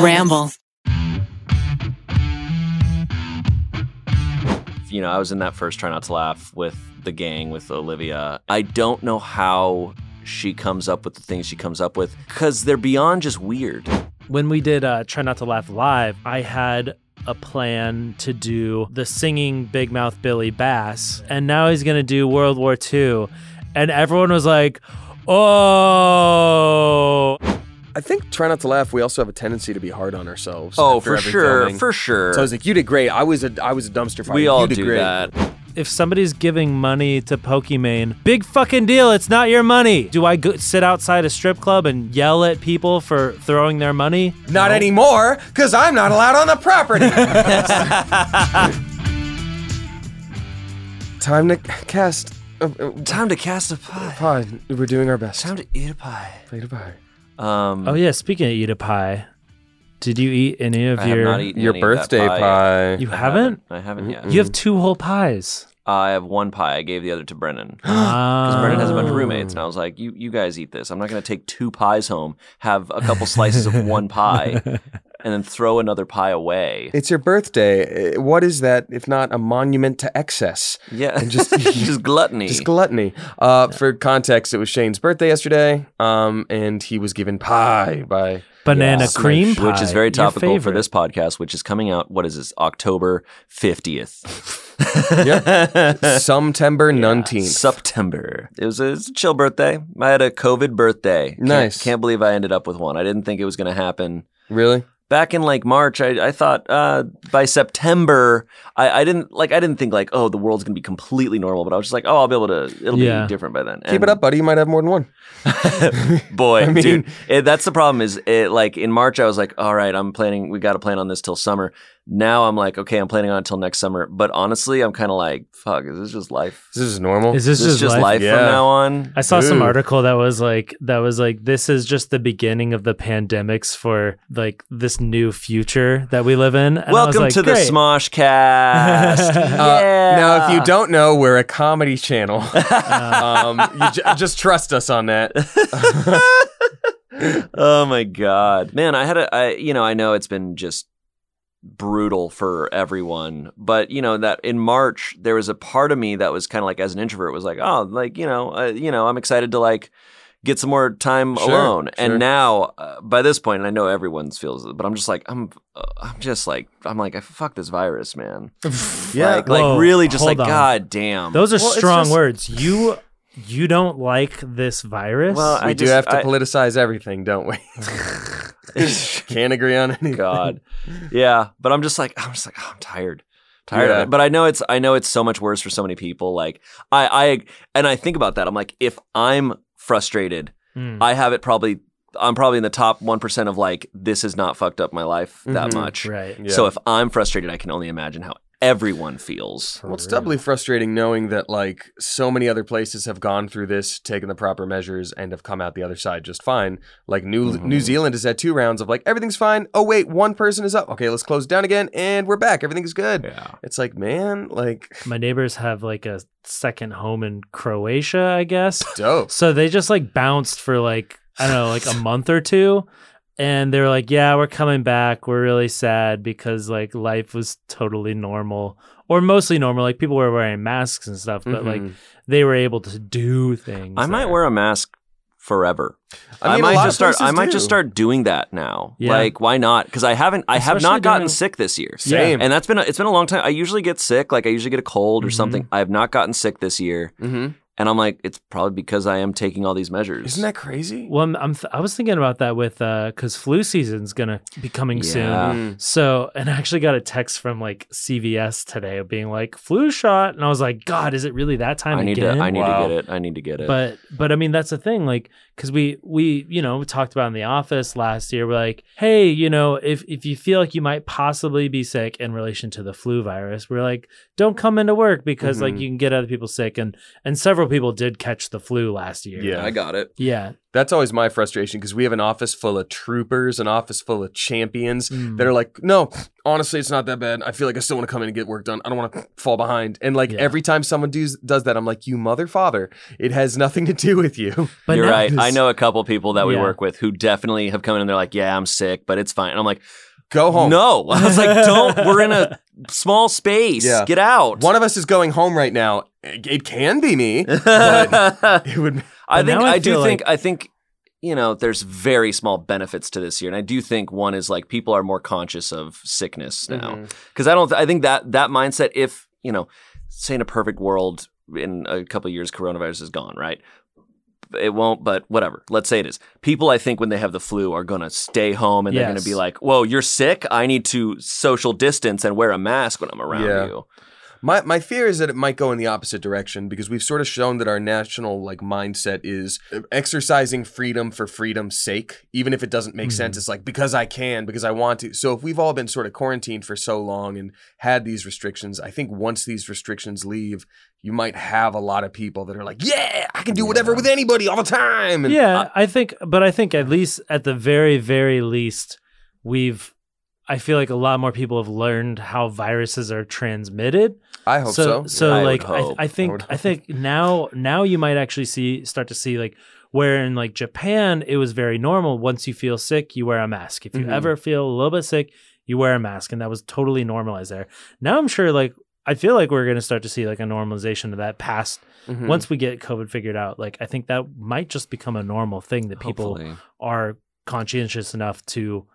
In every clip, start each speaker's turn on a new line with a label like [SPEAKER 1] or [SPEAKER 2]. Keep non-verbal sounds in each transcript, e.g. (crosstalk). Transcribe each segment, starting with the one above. [SPEAKER 1] Ramble.
[SPEAKER 2] you know, I was in that first Try Not to Laugh with the gang, with Olivia. I don't know how she comes up with the things she comes up with because they're beyond just weird.
[SPEAKER 3] When we did uh, Try Not to Laugh Live, I had a plan to do the singing Big Mouth Billy Bass, and now he's going to do World War II. And everyone was like, oh.
[SPEAKER 4] I think try not to laugh. We also have a tendency to be hard on ourselves.
[SPEAKER 2] Oh,
[SPEAKER 4] after
[SPEAKER 2] for
[SPEAKER 4] every
[SPEAKER 2] sure,
[SPEAKER 4] filming.
[SPEAKER 2] for sure.
[SPEAKER 4] So I was like, "You did great. I was a, I was a dumpster fire.
[SPEAKER 2] we
[SPEAKER 4] You
[SPEAKER 2] all
[SPEAKER 4] did
[SPEAKER 2] do
[SPEAKER 4] great.
[SPEAKER 2] that.
[SPEAKER 3] If somebody's giving money to Pokimane, big fucking deal, it's not your money. Do I go- sit outside a strip club and yell at people for throwing their money?
[SPEAKER 4] Not anymore, because I'm not allowed on the
[SPEAKER 2] (laughs)
[SPEAKER 4] property. Time to cast. Uh, uh,
[SPEAKER 2] Time to cast a pie.
[SPEAKER 4] pod. We're doing our best.
[SPEAKER 2] Time to eat a pie.
[SPEAKER 4] play to buy.
[SPEAKER 2] Um,
[SPEAKER 3] Oh, yeah, speaking of eat a pie, did you eat any of
[SPEAKER 2] I have
[SPEAKER 3] your.
[SPEAKER 2] not eaten any of that yet.
[SPEAKER 3] You haven't?
[SPEAKER 2] I haven't yet.
[SPEAKER 3] You have two
[SPEAKER 2] (gasps)
[SPEAKER 3] whole pies.
[SPEAKER 2] I have one pie. I gave the other to Brennan. (gasps)
[SPEAKER 3] Because
[SPEAKER 2] Brennan has a bunch of roommates, and I was like, "You, you guys eat this. I'm not going to take two pies home, have a couple slices of one pie, and then throw another pie away."
[SPEAKER 4] It's your birthday. Uh, What is that if not a monument to excess?
[SPEAKER 2] Yeah,
[SPEAKER 4] And just-
[SPEAKER 2] (laughs)
[SPEAKER 4] (laughs)
[SPEAKER 2] just gluttony.
[SPEAKER 4] Just gluttony. Uh, for context, it was Shane's birthday yesterday, um, and he was given pie
[SPEAKER 2] (laughs)
[SPEAKER 4] by.
[SPEAKER 3] Banana
[SPEAKER 4] Yeah.
[SPEAKER 3] cream pie.
[SPEAKER 2] which is very
[SPEAKER 3] your
[SPEAKER 2] topical for
[SPEAKER 3] favorite.
[SPEAKER 2] this podcast, which is coming out. What is this? October
[SPEAKER 4] (laughs)
[SPEAKER 2] fiftieth,
[SPEAKER 4] September
[SPEAKER 2] (laughs)
[SPEAKER 4] 19th.
[SPEAKER 2] September. It was, a, it was a chill birthday. I had a COVID birthday. Can't-
[SPEAKER 4] Nice.
[SPEAKER 2] Can't believe I ended up with one. I didn't think it was going to happen.
[SPEAKER 4] Really?
[SPEAKER 2] back in like March, I, I thought uh, by September, I, I didn't like I didn't think like oh the world's gonna be completely normal, but I was just like oh I'll be able to it'll
[SPEAKER 3] Yeah.
[SPEAKER 2] be different by then.
[SPEAKER 4] Keep it up, buddy. You might have more than one.
[SPEAKER 2] boy.
[SPEAKER 3] (laughs)
[SPEAKER 4] I mean-
[SPEAKER 2] dude, it, that's the problem. Is it like in March I was like all right I'm planning we got to plan on this till summer. Now I'm like okay I'm planning on it till next summer. But honestly I'm kind of like fuck is this just life?
[SPEAKER 4] This is normal.
[SPEAKER 3] Is this,
[SPEAKER 2] Is this
[SPEAKER 3] just life?
[SPEAKER 2] from
[SPEAKER 4] Yeah.
[SPEAKER 2] now on?
[SPEAKER 3] I saw some
[SPEAKER 4] Ooh.
[SPEAKER 3] article that was like that was like this is just the beginning of the pandemics for like this new future that we live in. And I was
[SPEAKER 2] Welcome
[SPEAKER 3] like,
[SPEAKER 2] to the
[SPEAKER 3] "Great." (laughs) Uh,
[SPEAKER 2] Smosh Cast. yeah.
[SPEAKER 4] Uh, Now, if you don't know, we're a
[SPEAKER 2] (laughs)
[SPEAKER 4] comedy channel.
[SPEAKER 3] Uh,
[SPEAKER 4] um, you j- just trust us on that.
[SPEAKER 2] (laughs) oh my god man i had a I, you know i know it's been just brutal for everyone but you know that in march there was a part of me that was kind of like as an introvert was like oh like you know uh, you know i'm excited to like get some more time
[SPEAKER 4] Sure,
[SPEAKER 2] alone and
[SPEAKER 4] sure.
[SPEAKER 2] now uh, by this point and i know everyone's feels it, but i'm just like i'm uh, i'm just like i'm like fuck this virus man
[SPEAKER 3] (laughs)
[SPEAKER 4] Yeah.
[SPEAKER 2] like, like
[SPEAKER 3] Whoa,
[SPEAKER 2] really just
[SPEAKER 3] hold
[SPEAKER 2] like
[SPEAKER 3] on.
[SPEAKER 2] god damn
[SPEAKER 3] Those are
[SPEAKER 4] Well, it's
[SPEAKER 3] strong
[SPEAKER 4] just-
[SPEAKER 3] words. You you don't like this virus?
[SPEAKER 2] Well, (laughs)
[SPEAKER 4] we
[SPEAKER 2] I
[SPEAKER 4] do
[SPEAKER 2] just-
[SPEAKER 4] have to
[SPEAKER 2] I-
[SPEAKER 4] politicize everything, don't we?
[SPEAKER 2] (laughs)
[SPEAKER 4] (laughs) Can't agree on anything.
[SPEAKER 2] God. Yeah. But I'm just like, I'm just like, oh, I'm tired. Tired
[SPEAKER 4] Yeah.
[SPEAKER 2] of it. But I know it's I know it's so much worse for so many people. Like I I and I think about that. I'm like, if I'm frustrated,
[SPEAKER 4] Mm-hmm.
[SPEAKER 3] Mm.
[SPEAKER 2] I have it probably I'm probably in the top one percent of like this has not fucked up my life that
[SPEAKER 4] Mhm.
[SPEAKER 2] much.
[SPEAKER 3] right.
[SPEAKER 4] Yeah.
[SPEAKER 2] So if I'm frustrated, I can only imagine how everyone feels.
[SPEAKER 4] Well, it's doubly frustrating knowing that like so many other places have gone through this, taken the proper measures, and have come out the other side just fine. Like New
[SPEAKER 2] Mhm.
[SPEAKER 4] New Zealand has had two rounds of like everything's fine. Oh wait, one person is up. Okay, let's close down again, and we're back. Everything's good.
[SPEAKER 2] Yeah.
[SPEAKER 4] It's like man,
[SPEAKER 2] (laughs)
[SPEAKER 4] like
[SPEAKER 3] My neighbors have like a second home in Croatia, I guess.
[SPEAKER 4] (laughs) dope.
[SPEAKER 3] So they just like bounced for like I don't know, like a month or two, and they were like, "Yeah, we're coming back. We're really sad because like life was totally normal or mostly normal. Like people were wearing masks and stuff, but like
[SPEAKER 4] Mhm.
[SPEAKER 3] they were able to do things.
[SPEAKER 2] Mm-hmm. I might
[SPEAKER 3] there.
[SPEAKER 2] wear a mask forever. I,
[SPEAKER 4] mean, a lot
[SPEAKER 2] might
[SPEAKER 4] of
[SPEAKER 2] just start I
[SPEAKER 4] places
[SPEAKER 2] might
[SPEAKER 4] do.
[SPEAKER 2] just start doing that now.
[SPEAKER 3] Yeah.
[SPEAKER 2] Like why not? Because I haven't I have
[SPEAKER 3] Especially
[SPEAKER 2] not gotten
[SPEAKER 3] during-
[SPEAKER 2] sick this year.
[SPEAKER 3] Yeah.
[SPEAKER 4] Same.
[SPEAKER 2] And that's been a, it's been a long time. I usually get sick, like I usually get a cold or
[SPEAKER 3] Mhm.
[SPEAKER 2] something. I have not gotten sick this year,
[SPEAKER 4] Mhm.
[SPEAKER 2] and I'm like, it's probably because I am taking all these measures.
[SPEAKER 4] Isn't that crazy?
[SPEAKER 3] Well, I'm, I'm th- I was thinking about that with because flu season's gonna be coming
[SPEAKER 2] Yeah.
[SPEAKER 3] soon.
[SPEAKER 4] Mm.
[SPEAKER 3] So, and I actually got a text from like CVS today being like flu shot, and I was like, God, is it really that time
[SPEAKER 2] I need
[SPEAKER 3] again?
[SPEAKER 2] to I need
[SPEAKER 4] Wow.
[SPEAKER 2] to get it. I need to get it.
[SPEAKER 3] but but i mean that's the thing like because we we you know we talked about in the office last year we're like hey you know if if you feel like you might possibly be sick in relation to the flu virus we're like don't come into work because like
[SPEAKER 4] Mhm.
[SPEAKER 2] Mm-hmm.
[SPEAKER 3] you can get other people sick and and several people did catch the flu last year.
[SPEAKER 4] Yeah.
[SPEAKER 2] I got it.
[SPEAKER 3] Yeah.
[SPEAKER 4] That's always my frustration because we have an office full of troopers, an office full of champions
[SPEAKER 3] Mm.
[SPEAKER 4] that are like, no, honestly, it's not that bad. I feel like I still want to come in and get work done. I don't want to fall behind. And like
[SPEAKER 3] Yeah.
[SPEAKER 4] every time someone does does that, I'm like, you mother father, it has nothing to do with you.
[SPEAKER 3] But
[SPEAKER 2] You're
[SPEAKER 3] now
[SPEAKER 2] right. I
[SPEAKER 3] this-
[SPEAKER 2] know a couple people that we
[SPEAKER 3] Yeah.
[SPEAKER 2] work with who definitely have come in and they're like, "Yeah, I'm sick, but it's fine." And I'm like,
[SPEAKER 4] Go home.
[SPEAKER 2] "No." (laughs) I was like, "Don't.
[SPEAKER 3] (laughs)
[SPEAKER 2] We're in a small space.
[SPEAKER 4] Yeah.
[SPEAKER 2] Get out." (laughs)
[SPEAKER 4] One of us is going home right now. It it can be me.
[SPEAKER 2] (laughs) I
[SPEAKER 4] It would.
[SPEAKER 3] But
[SPEAKER 2] think
[SPEAKER 3] now I
[SPEAKER 2] I, do
[SPEAKER 3] feel
[SPEAKER 2] think I think you know there's very small benefits to this year, and I do think one is like people are more conscious of sickness
[SPEAKER 4] Mm-hmm.
[SPEAKER 2] now. because I don't. I think that that mindset, if you know, say in a perfect world, in a couple of years, coronavirus is gone, right? It won't, but whatever. Let's say it is. People, I think, when they have the flu, are going to stay home and they're going
[SPEAKER 3] Yes.
[SPEAKER 2] to be like, "Whoa, you're sick. I need to social distance and wear a mask when I'm around
[SPEAKER 4] Yeah.
[SPEAKER 2] you."
[SPEAKER 4] My my fear is that it might go in the opposite direction because we've sort of shown that our national like mindset is exercising freedom for freedom's sake, even if it doesn't make
[SPEAKER 3] Mhm.
[SPEAKER 4] sense.
[SPEAKER 2] Mm-hmm.
[SPEAKER 4] It's like because I can, because I want to. So if we've all been sort of quarantined for so long and had these restrictions, I think once these restrictions leave, you might have a lot of people that are like, "Yeah, I can do whatever
[SPEAKER 3] Yeah.
[SPEAKER 4] with anybody all the time." And
[SPEAKER 3] yeah, I think, but I think at least at the very, very least, we've. I feel like a lot more people have learned how viruses are transmitted.
[SPEAKER 4] I hope so.
[SPEAKER 3] so,
[SPEAKER 2] I would
[SPEAKER 3] like, I,
[SPEAKER 2] hope.
[SPEAKER 3] I
[SPEAKER 4] I would
[SPEAKER 3] think, I,
[SPEAKER 4] hope.
[SPEAKER 3] think now, now you might actually see start to see like where in like Japan it was very normal. Once you feel sick, you wear a mask. If you
[SPEAKER 4] Mhm.
[SPEAKER 3] ever feel a little bit sick, you wear a mask, and that was totally normalized there. Now I'm sure, like, I feel like we're gonna start to see like a normalization of that past
[SPEAKER 4] Mhm.
[SPEAKER 3] once we get COVID figured out, like I think that might just become a normal thing that people
[SPEAKER 2] Hopefully.
[SPEAKER 3] are conscientious enough to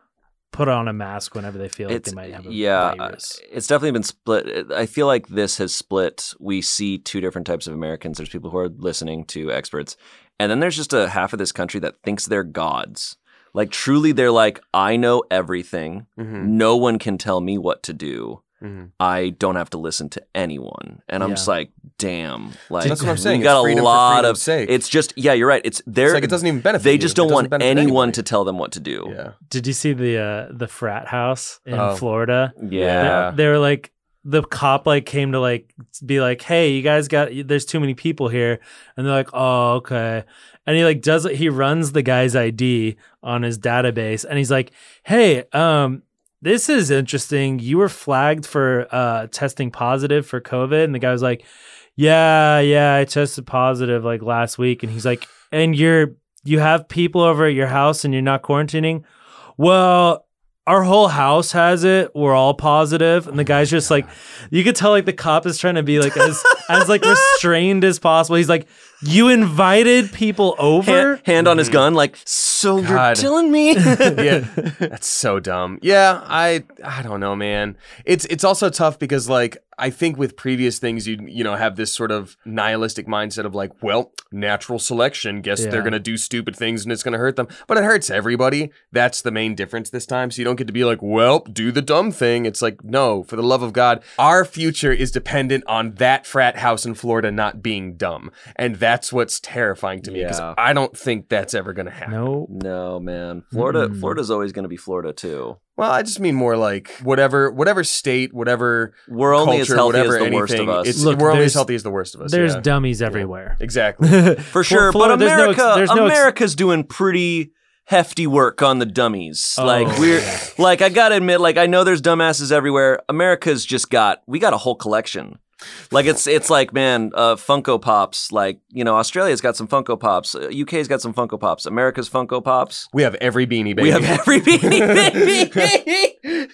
[SPEAKER 3] put on a mask whenever they feel like they might have a
[SPEAKER 2] yeah,
[SPEAKER 3] virus.
[SPEAKER 2] uh, It's definitely been split. I feel like this has split. We see two different types of Americans. There's people who are listening to experts, and then there's just a half of this country that thinks they're gods. Like truly, they're like, I know everything.
[SPEAKER 4] Mhm.
[SPEAKER 2] No one can tell me what to do.
[SPEAKER 4] Mhm.
[SPEAKER 2] I don't have to listen to anyone. And I'm
[SPEAKER 3] Yeah.
[SPEAKER 2] just like, damn. Like
[SPEAKER 4] That's what I'm saying.
[SPEAKER 2] We
[SPEAKER 4] It's
[SPEAKER 2] got
[SPEAKER 4] freedom
[SPEAKER 2] a
[SPEAKER 4] for
[SPEAKER 2] lot
[SPEAKER 4] freedom's
[SPEAKER 2] of.
[SPEAKER 4] sake.
[SPEAKER 2] It's just yeah, you're right. It's
[SPEAKER 4] It's
[SPEAKER 2] they're
[SPEAKER 4] like it doesn't even benefit.
[SPEAKER 2] they
[SPEAKER 4] you.
[SPEAKER 2] just
[SPEAKER 4] It
[SPEAKER 2] don't
[SPEAKER 4] doesn't
[SPEAKER 2] want
[SPEAKER 4] benefit
[SPEAKER 2] anyone
[SPEAKER 4] anybody.
[SPEAKER 2] to tell them what to do.
[SPEAKER 4] Yeah.
[SPEAKER 3] Did you see the uh, the frat house in
[SPEAKER 4] Oh.
[SPEAKER 3] Florida? They-
[SPEAKER 2] Yeah.
[SPEAKER 4] Yeah.
[SPEAKER 3] They, were like the cop like came to like be like, "Hey, you guys got there's too many people here," and they're like, "Oh, okay." And he like does it. He runs the guy's ID on his database, and he's like, "Hey, um." This is interesting. You were flagged for uh, testing positive for COVID, and the guy was like, "Yeah, yeah, I tested positive like last week." And he's like, "And you're you have people over at your house, and you're not quarantining." Well, our whole house has it. We're all positive, and the guy's just like, you could tell like the cop is trying to be like as as like restrained as possible. He's like, you invited people over.
[SPEAKER 2] Hand, hand on his
[SPEAKER 4] Mhm.
[SPEAKER 2] gun, like, so
[SPEAKER 4] God.
[SPEAKER 2] you're telling
[SPEAKER 4] (laughs)
[SPEAKER 2] me? (laughs)
[SPEAKER 4] yeah, that's so dumb. Yeah, I I don't know, man. It's it's also tough because like I think with previous things you you know have this sort of nihilistic mindset of like, well, natural selection. Guess
[SPEAKER 3] Yeah.
[SPEAKER 4] they're gonna do stupid things and it's gonna hurt them, but it hurts everybody. That's the main difference this time. So you don't get to be like, well, do the dumb thing. It's like, no, for the love of God, our future is dependent on that frat house in Florida not being dumb, and that's what's terrifying to me because
[SPEAKER 2] Yeah.
[SPEAKER 4] I don't think that's ever gonna happen.
[SPEAKER 3] No,
[SPEAKER 2] No, man. Florida
[SPEAKER 4] Hmm.
[SPEAKER 3] Mm.
[SPEAKER 2] Florida's always going to be Florida too.
[SPEAKER 4] Well, I just mean more like whatever, whatever state, whatever
[SPEAKER 2] We're only
[SPEAKER 4] culture,
[SPEAKER 2] as healthy as
[SPEAKER 4] whatever
[SPEAKER 2] the
[SPEAKER 4] anything.
[SPEAKER 2] worst of us.
[SPEAKER 4] It's,
[SPEAKER 3] Look,
[SPEAKER 4] we're only as
[SPEAKER 3] there's-
[SPEAKER 4] healthy as the worst of us.
[SPEAKER 3] there's
[SPEAKER 4] yeah.
[SPEAKER 3] dummies everywhere.
[SPEAKER 4] exactly.
[SPEAKER 2] for sure,
[SPEAKER 3] Florida,
[SPEAKER 2] but
[SPEAKER 3] there's no ex-
[SPEAKER 2] America
[SPEAKER 3] there's no ex-
[SPEAKER 2] America's doing pretty hefty work on the dummies.
[SPEAKER 3] Oh,
[SPEAKER 2] like we're
[SPEAKER 3] yeah.
[SPEAKER 2] like I got to admit like I know there's dumbasses everywhere. America's just got we got a whole collection. Like it's it's like man, uh, Funko Pops. Like you know, Australia's got some Funko Pops. uh, UK's got some Funko Pops. America's Funko Pops.
[SPEAKER 4] We have every beanie
[SPEAKER 2] (laughs)
[SPEAKER 4] baby.
[SPEAKER 2] We have (laughs) every
[SPEAKER 4] (laughs)
[SPEAKER 2] baby. She's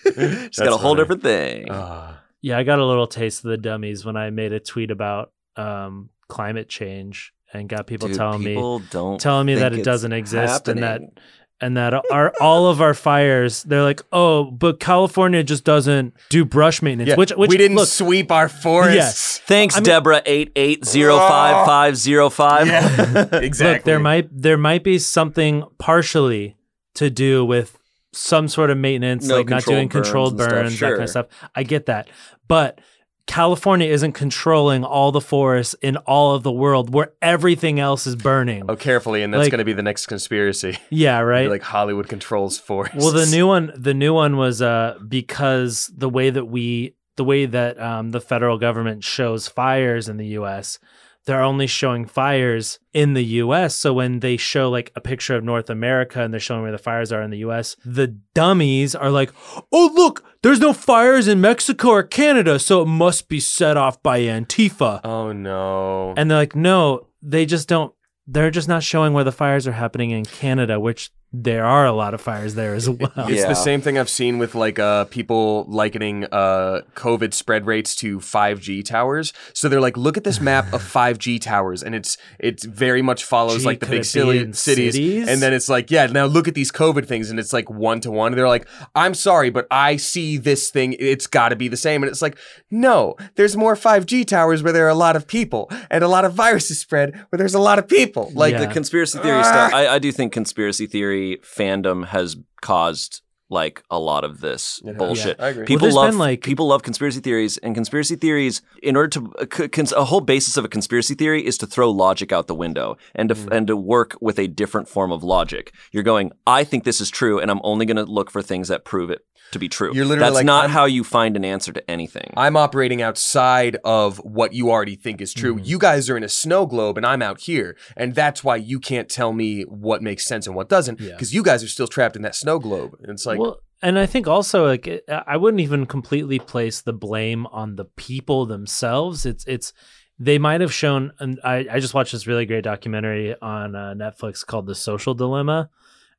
[SPEAKER 2] got a whole
[SPEAKER 4] funny.
[SPEAKER 2] different thing.
[SPEAKER 4] Ah.
[SPEAKER 3] (laughs) Yeah, I got a little taste of the dummies when I made a tweet about um, climate change and got people
[SPEAKER 2] Dude,
[SPEAKER 3] telling me
[SPEAKER 2] people don't
[SPEAKER 3] telling me
[SPEAKER 2] think
[SPEAKER 3] that it
[SPEAKER 2] it's
[SPEAKER 3] doesn't exist and that
[SPEAKER 2] happening.
[SPEAKER 3] and that are all of our fires. They're like, oh, but California just doesn't do brush maintenance.
[SPEAKER 4] yeah,
[SPEAKER 3] which, which
[SPEAKER 4] we didn't
[SPEAKER 3] look,
[SPEAKER 4] sweep our forests.
[SPEAKER 3] Yes.
[SPEAKER 2] Thanks,
[SPEAKER 3] I mean-
[SPEAKER 2] Deborah eight eight zero five five zero five. (laughs)
[SPEAKER 4] Yeah, exactly.
[SPEAKER 3] Look, there might there might be something partially to do with some sort of maintenance,
[SPEAKER 2] No
[SPEAKER 3] like not
[SPEAKER 2] controlled
[SPEAKER 3] doing
[SPEAKER 2] burns
[SPEAKER 3] controlled
[SPEAKER 2] and stuff,
[SPEAKER 3] burns, that kind
[SPEAKER 2] sure.
[SPEAKER 3] of stuff. I get that, but California isn't controlling all the forests in all of the world where everything else is burning.
[SPEAKER 4] Oh, carefully, and that's
[SPEAKER 3] Like-
[SPEAKER 4] going to be the next conspiracy. (laughs)
[SPEAKER 3] Yeah, right.
[SPEAKER 4] Like Hollywood controls forests.
[SPEAKER 3] Well, the new one, the new one was uh, because the way that we, the way that um, the federal government shows fires in the U.S., they're only showing fires in the US. So when they show like a picture of North America and they're showing where the fires are in the US, the dummies are like, oh, look, there's no fires in Mexico or Canada. So it must be set off by Antifa.
[SPEAKER 4] (laughs) Oh no.
[SPEAKER 3] And they're like, no, they just don't. They're just not showing where the fires are happening in Canada, which there are a lot of fires there as (laughs) well.
[SPEAKER 4] It's
[SPEAKER 2] Yeah.
[SPEAKER 4] the same thing I've seen with like uh, people likening uh, COVID spread rates to 5G towers. So they're like, look at this map of 5G towers, and it's it's very much follows
[SPEAKER 3] Gee,
[SPEAKER 4] like the
[SPEAKER 3] could
[SPEAKER 4] big
[SPEAKER 3] it be
[SPEAKER 4] silly
[SPEAKER 3] in
[SPEAKER 4] cities.
[SPEAKER 3] cities?
[SPEAKER 4] and then it's like, yeah, now look at these COVID things, and it's like one to one. They're like, I'm sorry, but I see this thing. It's got to be the same, and it's like, no, there's more 5G towers where there are a lot of people and a lot of viruses spread where there's a lot of people. Like,
[SPEAKER 3] Yeah.
[SPEAKER 2] the conspiracy theory stuff. I, I do think conspiracy theory fandom has caused like a lot of this
[SPEAKER 4] It has.
[SPEAKER 2] bullshit.
[SPEAKER 4] I agree.
[SPEAKER 2] People
[SPEAKER 3] there's
[SPEAKER 2] love
[SPEAKER 3] been, like-
[SPEAKER 2] people love conspiracy theories, and conspiracy theories. In order to a, c- cons- a whole basis of a conspiracy theory is to throw logic out the window and to f
[SPEAKER 4] Mm.
[SPEAKER 2] and to work with a different form of logic. You're going, I think this is true, and I'm only going to look for things that prove it to be true.
[SPEAKER 4] You're literally
[SPEAKER 2] That's
[SPEAKER 4] like,
[SPEAKER 2] not
[SPEAKER 4] I'm-
[SPEAKER 2] how you find an answer to anything.
[SPEAKER 4] I'm operating outside of what you already think is
[SPEAKER 3] Mm-hmm.
[SPEAKER 4] true. You guys are in a snow globe and I'm out here. And that's why you can't tell me what makes sense and what doesn't
[SPEAKER 3] Yeah.
[SPEAKER 4] because you guys are still trapped in that snow globe. And it's like,
[SPEAKER 3] well, and I think also like it- I wouldn't even completely place the blame on the people themselves. It's it's they might have shown. And I I just watched this really great documentary on uh, Netflix called The Social Dilemma,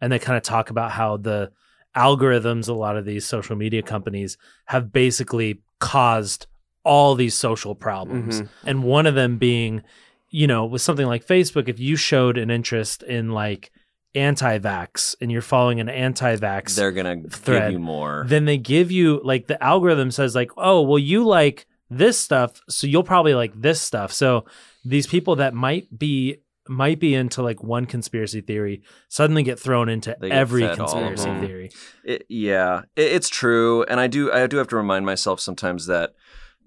[SPEAKER 3] and they kind of talk about how the algorithms a lot of these social media companies have basically caused all these social problems
[SPEAKER 4] Mhm.
[SPEAKER 3] and one of them being you know with something like facebook if you showed an interest in like anti-vax and you're following an anti-vax
[SPEAKER 2] They're going to give
[SPEAKER 3] Thread.
[SPEAKER 2] you more.
[SPEAKER 3] then they give you like the algorithm says like oh well you like this stuff so you'll probably like this stuff so these people that might be might be into like one conspiracy theory suddenly get thrown into
[SPEAKER 2] They get
[SPEAKER 3] every
[SPEAKER 2] fed all of
[SPEAKER 3] conspiracy
[SPEAKER 4] them.
[SPEAKER 3] theory
[SPEAKER 2] It, yeah, it, it's true, and I do I do have to remind myself sometimes that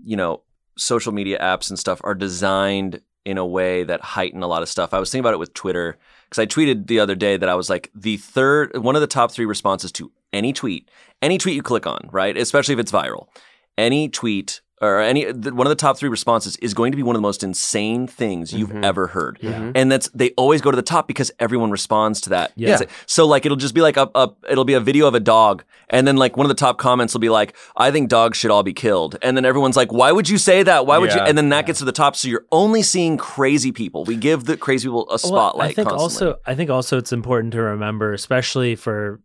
[SPEAKER 2] you know social media apps and stuff are designed in a way that heighten a lot of stuff. I was thinking about it with Twitter because I tweeted the other day that I was like the third one of the top three responses to any tweet, any tweet you click on, right? Especially if it's viral, any tweet. Or any th- one of the top three responses is going to be one of the most insane things you've
[SPEAKER 4] Mhm.
[SPEAKER 2] ever heard,
[SPEAKER 4] Mhm.
[SPEAKER 2] and that's they always go to the top because everyone responds to that.
[SPEAKER 3] Yeah.
[SPEAKER 2] It's- So like it'll just be like up up it'll be a video of a dog and then like one of the top comments will be like I think dogs should all be killed and then everyone's like why would you say that why would you
[SPEAKER 4] Yeah.
[SPEAKER 2] and then that gets to the top so you're only seeing crazy people. We give the crazy people a
[SPEAKER 3] Well,
[SPEAKER 2] spotlight
[SPEAKER 3] I think
[SPEAKER 2] constantly.
[SPEAKER 3] also I think also it's important to remember, especially for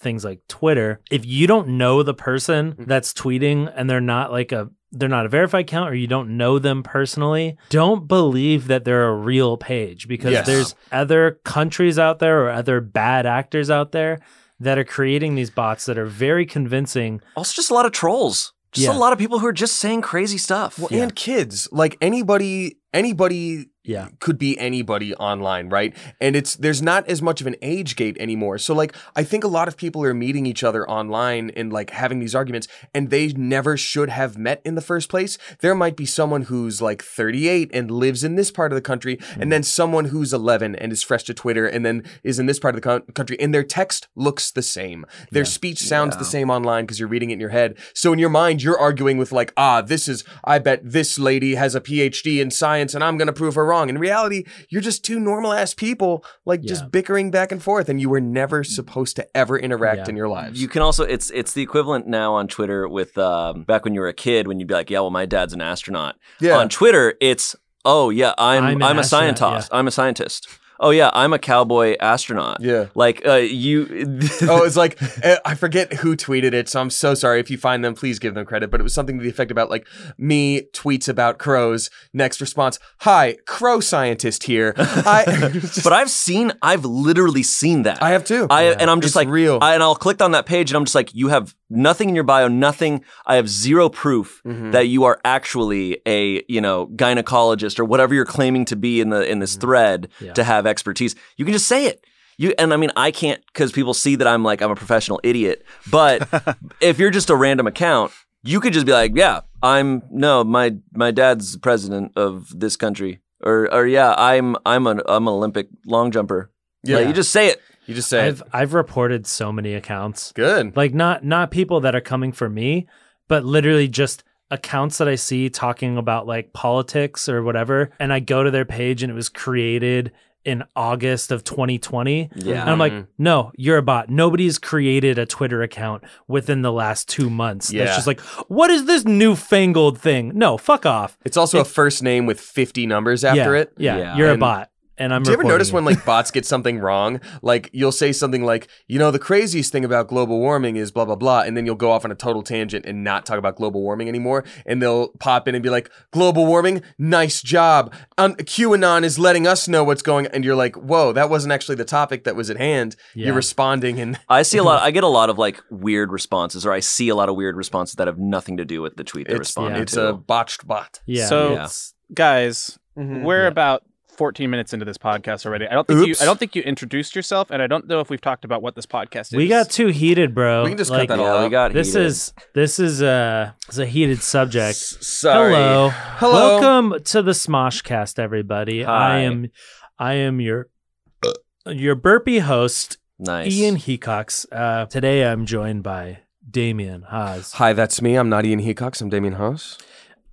[SPEAKER 3] things like Twitter, if you don't know the person
[SPEAKER 2] Mm-hmm.
[SPEAKER 3] that's tweeting and they're not like a they're not a verified account or you don't know them personally, don't believe that they're a real page because
[SPEAKER 4] Yes.
[SPEAKER 3] there's other countries out there or other bad actors out there that are creating these bots that are very convincing.
[SPEAKER 2] Also just a lot of trolls. Just
[SPEAKER 3] Yeah.
[SPEAKER 2] a lot of people who are just saying crazy stuff.
[SPEAKER 4] well, and kids, like anybody, anybody
[SPEAKER 3] Yeah.
[SPEAKER 4] could be anybody online, right? And it's there's not as much of an age gate anymore. So like I think a lot of people are meeting each other online and like having these arguments and they never should have met in the first place. There might be someone who's like 38 and lives in this part of the country and then someone who's 11 and is fresh to Twitter and then is in this part of the co- country and their text looks the same. Their speech sounds the
[SPEAKER 2] Yeah.
[SPEAKER 4] same online because you're reading it in your head. So in your mind you're arguing with like ah this is I bet this lady has a PhD in science and I'm going to prove her wrong. In reality you're just two normal ass people, like
[SPEAKER 3] Yeah.
[SPEAKER 4] just bickering back and forth, and you were never supposed to ever interact
[SPEAKER 3] Yeah.
[SPEAKER 4] in your lives.
[SPEAKER 2] You can also it's it's the equivalent now on Twitter with um, back when you were a kid when you'd be like, yeah, well, my dad's an astronaut.
[SPEAKER 4] Yeah.
[SPEAKER 2] On Twitter, it's oh yeah, I'm
[SPEAKER 3] I'm
[SPEAKER 2] I'm,
[SPEAKER 3] an
[SPEAKER 2] a
[SPEAKER 3] astronaut,
[SPEAKER 2] scientist. I'm a scientist. Oh yeah, I'm a cowboy astronaut.
[SPEAKER 4] yeah.
[SPEAKER 2] Like uh, you. (laughs)
[SPEAKER 4] oh, it's like eh, I forget who tweeted it, so I'm so sorry if you find them. Please give them credit, but it was something to the effect about like me tweets about crows. Next response: Hi, crow scientist here. I, (laughs)
[SPEAKER 2] but I've seen, I've literally seen that.
[SPEAKER 4] I have too.
[SPEAKER 2] I and I'm just
[SPEAKER 4] It's
[SPEAKER 2] like
[SPEAKER 4] real.
[SPEAKER 2] I, and I'll click on that page and I'm just like, you have nothing in your bio, nothing. I have zero proof
[SPEAKER 4] Mm-hmm.
[SPEAKER 2] that you are actually a you know gynecologist or whatever you're claiming to be in the in
[SPEAKER 4] Mm-hmm.
[SPEAKER 2] this thread
[SPEAKER 3] Yeah.
[SPEAKER 2] to have expertise. You can just say it. You and I mean I can't because people see that I'm like I'm a professional idiot.
[SPEAKER 4] (laughs)
[SPEAKER 2] But if you're just a random account. You could just be like, yeah, I'm no, my my dad's president of this country, or or yeah, I'm I'm an I'm an Olympic long jumper.
[SPEAKER 4] yeah,
[SPEAKER 2] Like, you just say it.
[SPEAKER 4] you just say it.
[SPEAKER 3] I've I've reported so many accounts
[SPEAKER 4] good.
[SPEAKER 3] like not not people that are coming for me but literally just accounts that I see talking about like politics or whatever, and I go to their page and it was created in August of 2020. And
[SPEAKER 2] Yeah.
[SPEAKER 3] I'm like,
[SPEAKER 4] Mhm.
[SPEAKER 3] no, you're a bot. Nobody's created a Twitter account within the last two months. That's
[SPEAKER 4] Yeah.
[SPEAKER 3] just like, what is this newfangled thing? No, fuck off.
[SPEAKER 4] It's also a first name with 50 numbers after
[SPEAKER 3] yeah,
[SPEAKER 4] it.
[SPEAKER 3] Yeah,
[SPEAKER 2] Yeah.
[SPEAKER 3] you're a
[SPEAKER 4] And-
[SPEAKER 3] bot. And I'm
[SPEAKER 4] Do you ever
[SPEAKER 3] reporting
[SPEAKER 4] notice
[SPEAKER 3] it.
[SPEAKER 4] when
[SPEAKER 3] (laughs)
[SPEAKER 4] like bots get something wrong? Like you'll say something like, you know, the craziest thing about global warming is blah blah blah, and then you'll go off on a total tangent and not talk about global warming anymore. And they'll pop in and be like, global warming, nice job. Um, QAnon is letting us know what's going, and you're like, whoa, that wasn't actually the topic that was at hand.
[SPEAKER 3] Yeah.
[SPEAKER 4] You're responding,
[SPEAKER 3] (laughs)
[SPEAKER 4] and
[SPEAKER 2] I see a lot. I get a lot of like weird responses, or I see a lot of weird responses that have nothing to do with the tweet they
[SPEAKER 4] it's
[SPEAKER 2] responded
[SPEAKER 4] it's
[SPEAKER 2] to.
[SPEAKER 4] a botched bot.
[SPEAKER 3] Yeah.
[SPEAKER 1] so,
[SPEAKER 2] Yeah.
[SPEAKER 1] guys, we're
[SPEAKER 3] Yeah.
[SPEAKER 1] about 14 minutes into this podcast already. I don't think
[SPEAKER 4] Oops.
[SPEAKER 1] you. I don't think you introduced yourself, and I don't know if we've talked about what this podcast is.
[SPEAKER 3] we got too heated, bro.
[SPEAKER 4] We can just cut
[SPEAKER 3] Like,
[SPEAKER 4] that
[SPEAKER 2] yeah, we
[SPEAKER 4] all out.
[SPEAKER 2] got
[SPEAKER 3] This
[SPEAKER 2] heated.
[SPEAKER 3] is this is a it's a heated subject.
[SPEAKER 4] S- Sorry.
[SPEAKER 3] Hello.
[SPEAKER 4] Hello.
[SPEAKER 3] Welcome to the Smoshcast, everybody. I
[SPEAKER 2] Hi.
[SPEAKER 3] am I am your your burpee host,
[SPEAKER 2] nice.
[SPEAKER 3] Ian Hecox. Uh, today I'm joined by Damien Haas
[SPEAKER 4] Hi, that's me. I'm not Ian Hecox. I'm Damien Haas.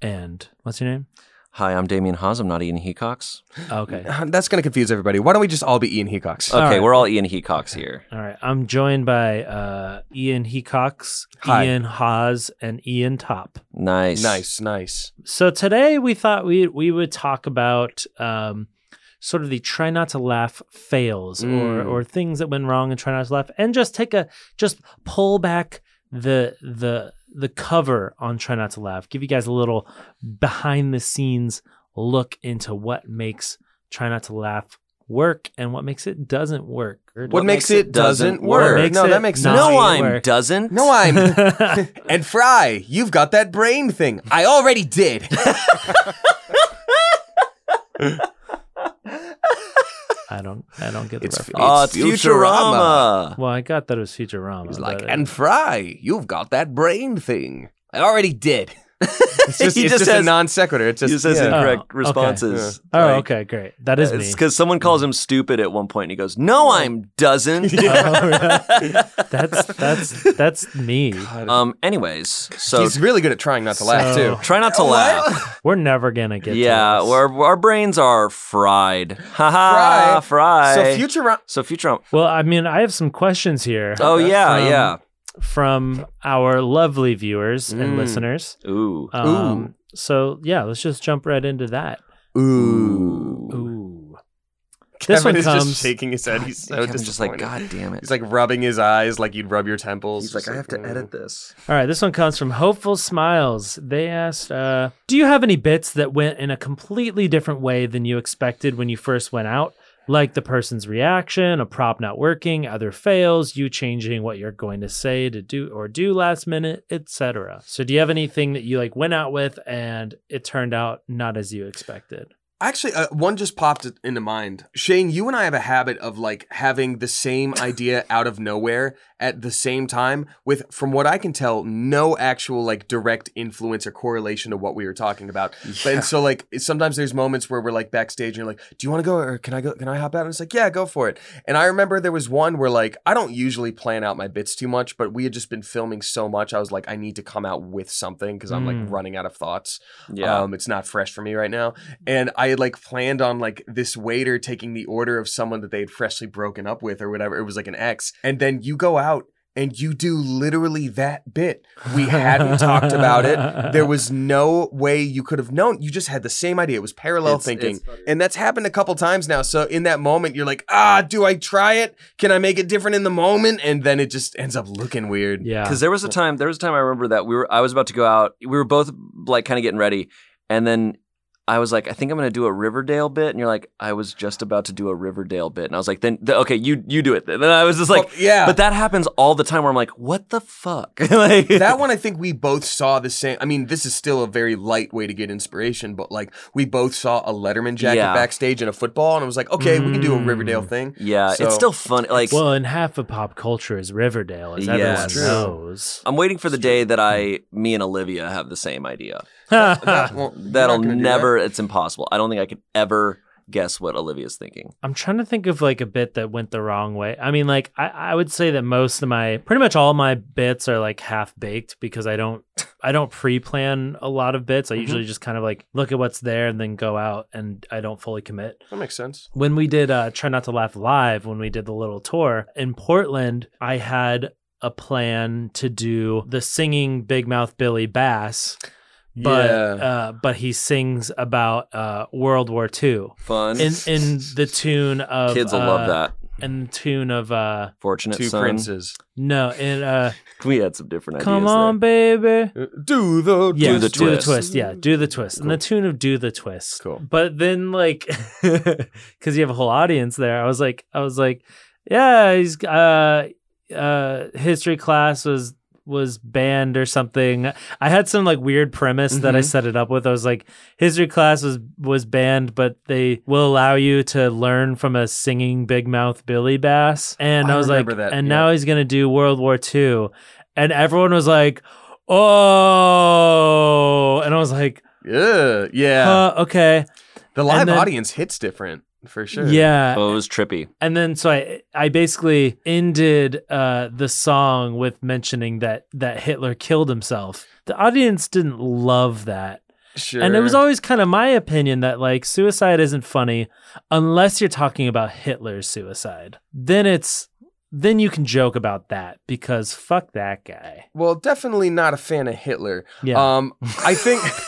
[SPEAKER 3] and what's your
[SPEAKER 4] (laughs)
[SPEAKER 3] name?
[SPEAKER 2] Hi, I'm Damien Haas. I'm not Ian Hecox.
[SPEAKER 3] Okay.
[SPEAKER 4] That's going to confuse everybody. Why don't we just all be Ian Hecox?
[SPEAKER 2] Okay,
[SPEAKER 3] right.
[SPEAKER 2] we're all Ian Hecox here.
[SPEAKER 3] All right. I'm joined by uh, Ian Hecox,
[SPEAKER 4] Hi.
[SPEAKER 3] Ian Haas, and Ian Top.
[SPEAKER 2] Nice.
[SPEAKER 4] nice, nice.
[SPEAKER 3] So today we thought we we would talk about um, sort of the try not to laugh fails or
[SPEAKER 4] Mm.
[SPEAKER 3] or things that went wrong and try not to laugh and just take a just pull back the the the cover on try not to laugh. Give you guys a little behind the scenes look into what makes try not to laugh work and what makes it doesn't work. (laughs)
[SPEAKER 4] What makes it doesn't
[SPEAKER 3] work?
[SPEAKER 4] work?
[SPEAKER 3] Makes
[SPEAKER 4] no,
[SPEAKER 3] it
[SPEAKER 4] that makes
[SPEAKER 3] not-
[SPEAKER 4] sense.
[SPEAKER 2] No, I'm
[SPEAKER 3] work.
[SPEAKER 2] doesn't.
[SPEAKER 4] No, (laughs) I'm. and Fry, you've got that brain thing. I already (laughs) did.
[SPEAKER 3] I don't I don't get the
[SPEAKER 4] It's-
[SPEAKER 3] reference.
[SPEAKER 2] Uh,
[SPEAKER 4] It's
[SPEAKER 2] it's Futurama.
[SPEAKER 3] Well, I got that it was Futurama.
[SPEAKER 4] He's
[SPEAKER 3] but uh,
[SPEAKER 4] like,
[SPEAKER 3] it-
[SPEAKER 4] and Fry, you've got that brain thing. I already did. It's (laughs) just,
[SPEAKER 2] He
[SPEAKER 4] it's
[SPEAKER 2] just
[SPEAKER 4] just
[SPEAKER 2] has-
[SPEAKER 4] a non sequitur. It's
[SPEAKER 2] He
[SPEAKER 4] just,
[SPEAKER 2] just has
[SPEAKER 4] yeah.
[SPEAKER 2] incorrect
[SPEAKER 3] Oh, okay.
[SPEAKER 2] responses.
[SPEAKER 3] Oh,
[SPEAKER 2] Like,
[SPEAKER 3] okay, great. That
[SPEAKER 4] uh,
[SPEAKER 3] is me.
[SPEAKER 2] It's because someone calls him stupid at one point, and he goes, "No, I'm doesn't."
[SPEAKER 3] Oh, yeah.
[SPEAKER 2] (laughs)
[SPEAKER 3] that's that's that's me.
[SPEAKER 2] um. Anyways, so
[SPEAKER 4] He's really good at trying not to laugh,
[SPEAKER 3] So-
[SPEAKER 4] too.
[SPEAKER 2] try not to laugh.
[SPEAKER 3] We're never gonna get. to
[SPEAKER 2] Yeah,
[SPEAKER 3] this.
[SPEAKER 2] our our brains are fried. Ha ha, fried.
[SPEAKER 4] So Futurama.
[SPEAKER 2] So Futurama.
[SPEAKER 3] Well, I mean, I have some questions here
[SPEAKER 2] Oh yeah,
[SPEAKER 3] Um,
[SPEAKER 2] yeah.
[SPEAKER 3] from our lovely viewers and
[SPEAKER 4] Mm.
[SPEAKER 3] listeners.
[SPEAKER 2] Ooh.
[SPEAKER 4] Uh,
[SPEAKER 3] Um, So yeah, let's just jump right into that.
[SPEAKER 4] Ooh.
[SPEAKER 3] Ooh, this
[SPEAKER 4] Kevin
[SPEAKER 3] one
[SPEAKER 4] is
[SPEAKER 3] comes.
[SPEAKER 4] just shaking his head. He's so
[SPEAKER 2] Kevin's just like,
[SPEAKER 4] disappointed.
[SPEAKER 2] God damn it.
[SPEAKER 4] He's like rubbing his eyes like you'd rub your temples.
[SPEAKER 2] He's like,
[SPEAKER 4] Just
[SPEAKER 2] I have to
[SPEAKER 4] mm.
[SPEAKER 2] edit this.
[SPEAKER 3] All right, this one comes from Hopeful Smiles. They asked, uh, "Do you have any bits that went in a completely different way than you expected when you first went out?" Like the person's reaction, a prop not working, other fails, you changing what you're going to say to do or do last minute, etc. So, do you have anything that you like went out with and it turned out not as you expected?
[SPEAKER 4] Actually, uh, one just popped it into mind. Shane, you and I have a habit of like having the same idea out of nowhere at the same time, with, from what I can tell, no actual like direct influence or correlation to what we were talking about. But and so like sometimes there's moments where we're like backstage and you're like, do you want to go or can I go? Can I hop out? And it's like, yeah, go for it. And I remember there was one where like I don't usually plan out my bits too much, but we had just been filming so much, I was like, I need to come out with something because I'm
[SPEAKER 3] Mm.
[SPEAKER 4] like running out of thoughts.
[SPEAKER 2] Yeah.
[SPEAKER 4] Um, it's not fresh for me right now. And I had like planned on like this waiter taking the order of someone that they had freshly broken up with or whatever. It was like an ex. And then you go out and you do literally that bit.
[SPEAKER 2] (laughs)
[SPEAKER 4] We hadn't talked about it.
[SPEAKER 3] (laughs)
[SPEAKER 4] There was no way you could have known. You just had the same idea. It was parallel
[SPEAKER 2] It's-
[SPEAKER 4] thinking.
[SPEAKER 2] it's-
[SPEAKER 4] and that's happened a couple times now. So in that moment, you're like, ah, do I try it? Can I make it different in the moment? And then it just ends up looking weird.
[SPEAKER 3] Yeah.
[SPEAKER 2] Because there was a time, there was a time I remember that we were, I was about to go out. We were both like kind of getting ready, and then I was like, I think I'm going to do a Riverdale bit, and you're like, I was just about to do a Riverdale bit, and I was like, then th- okay, you you do it. Then And I was just like,
[SPEAKER 4] Well, yeah.
[SPEAKER 2] But that happens all the time where I'm like, what the fuck? (laughs) like
[SPEAKER 4] that one I think we both saw the same. I mean, this is still a very light way to get inspiration, but like we both saw a Letterman jacket
[SPEAKER 2] Yeah.
[SPEAKER 4] backstage and a football, and I was like, okay, we can do a
[SPEAKER 3] Mm.
[SPEAKER 4] Riverdale thing.
[SPEAKER 2] Yeah,
[SPEAKER 4] So-
[SPEAKER 2] it's still funny. Like
[SPEAKER 3] well, and half of pop culture is Riverdale, as
[SPEAKER 2] Yeah,
[SPEAKER 3] everyone
[SPEAKER 2] it's
[SPEAKER 4] true.
[SPEAKER 3] knows.
[SPEAKER 2] I'm waiting for the day that I, me and Olivia have the same idea.
[SPEAKER 4] (laughs)
[SPEAKER 2] (laughs)
[SPEAKER 4] That, well, we're not
[SPEAKER 2] That'll
[SPEAKER 4] gonna do
[SPEAKER 2] never. It's impossible. I don't think I could ever guess what Olivia's thinking.
[SPEAKER 3] I'm trying to think of like a bit that went the wrong way. I mean, like I, I would say that most of my, pretty much all my bits are like half baked because I don't (laughs) I don't pre-plan a lot of bits. I usually just kind of like look at what's there and then go out and I don't fully commit
[SPEAKER 4] That makes sense.
[SPEAKER 3] when we did uh, try not to laugh live when we did the little tour in portland i had a plan to do the singing big mouth billy bass but
[SPEAKER 4] yeah.
[SPEAKER 3] uh, but he sings about uh, world war ii
[SPEAKER 2] Fun.
[SPEAKER 3] in in
[SPEAKER 2] (laughs)
[SPEAKER 3] the tune of
[SPEAKER 2] Kids will love that.
[SPEAKER 3] that in the tune of uh
[SPEAKER 2] Fortunate
[SPEAKER 4] uh, Two
[SPEAKER 2] son.
[SPEAKER 4] princes.
[SPEAKER 3] no in uh
[SPEAKER 2] We had some different
[SPEAKER 3] come
[SPEAKER 2] ideas.
[SPEAKER 3] on baby
[SPEAKER 4] Uh, Do the (laughs)
[SPEAKER 3] yeah,
[SPEAKER 2] the
[SPEAKER 3] do
[SPEAKER 2] twist.
[SPEAKER 3] the twist. Yeah, do the twist. And the tune of do the twist.
[SPEAKER 4] Cool.
[SPEAKER 3] But then like (laughs) cuz you have a whole audience there. I was like I was like yeah, he's uh uh history class was was banned or something. I had some like weird premise that I
[SPEAKER 4] Mhm.
[SPEAKER 3] set it up with. I was like history class was was banned, but they will allow you to learn from a singing big mouth Billy Bass. And
[SPEAKER 4] I
[SPEAKER 3] I, was like
[SPEAKER 4] remember that,
[SPEAKER 3] and
[SPEAKER 4] yeah.
[SPEAKER 3] now he's going to do World War II. And everyone was like oh and i was like
[SPEAKER 4] Yeah. Yeah.
[SPEAKER 3] uh, okay
[SPEAKER 4] the live
[SPEAKER 3] and then-
[SPEAKER 4] audience hits different for sure.
[SPEAKER 3] yeah
[SPEAKER 2] there. Oh, it was trippy.
[SPEAKER 3] and then so i i basically ended uh the song with mentioning that that hitler killed himself the audience didn't love that
[SPEAKER 4] Sure.
[SPEAKER 3] and it was always kind of my opinion that like suicide isn't funny unless you're talking about hitler's suicide then it's then you can joke about that because fuck that guy
[SPEAKER 4] well, definitely not a fan of Hitler.
[SPEAKER 3] yeah
[SPEAKER 4] Um, I think, (laughs)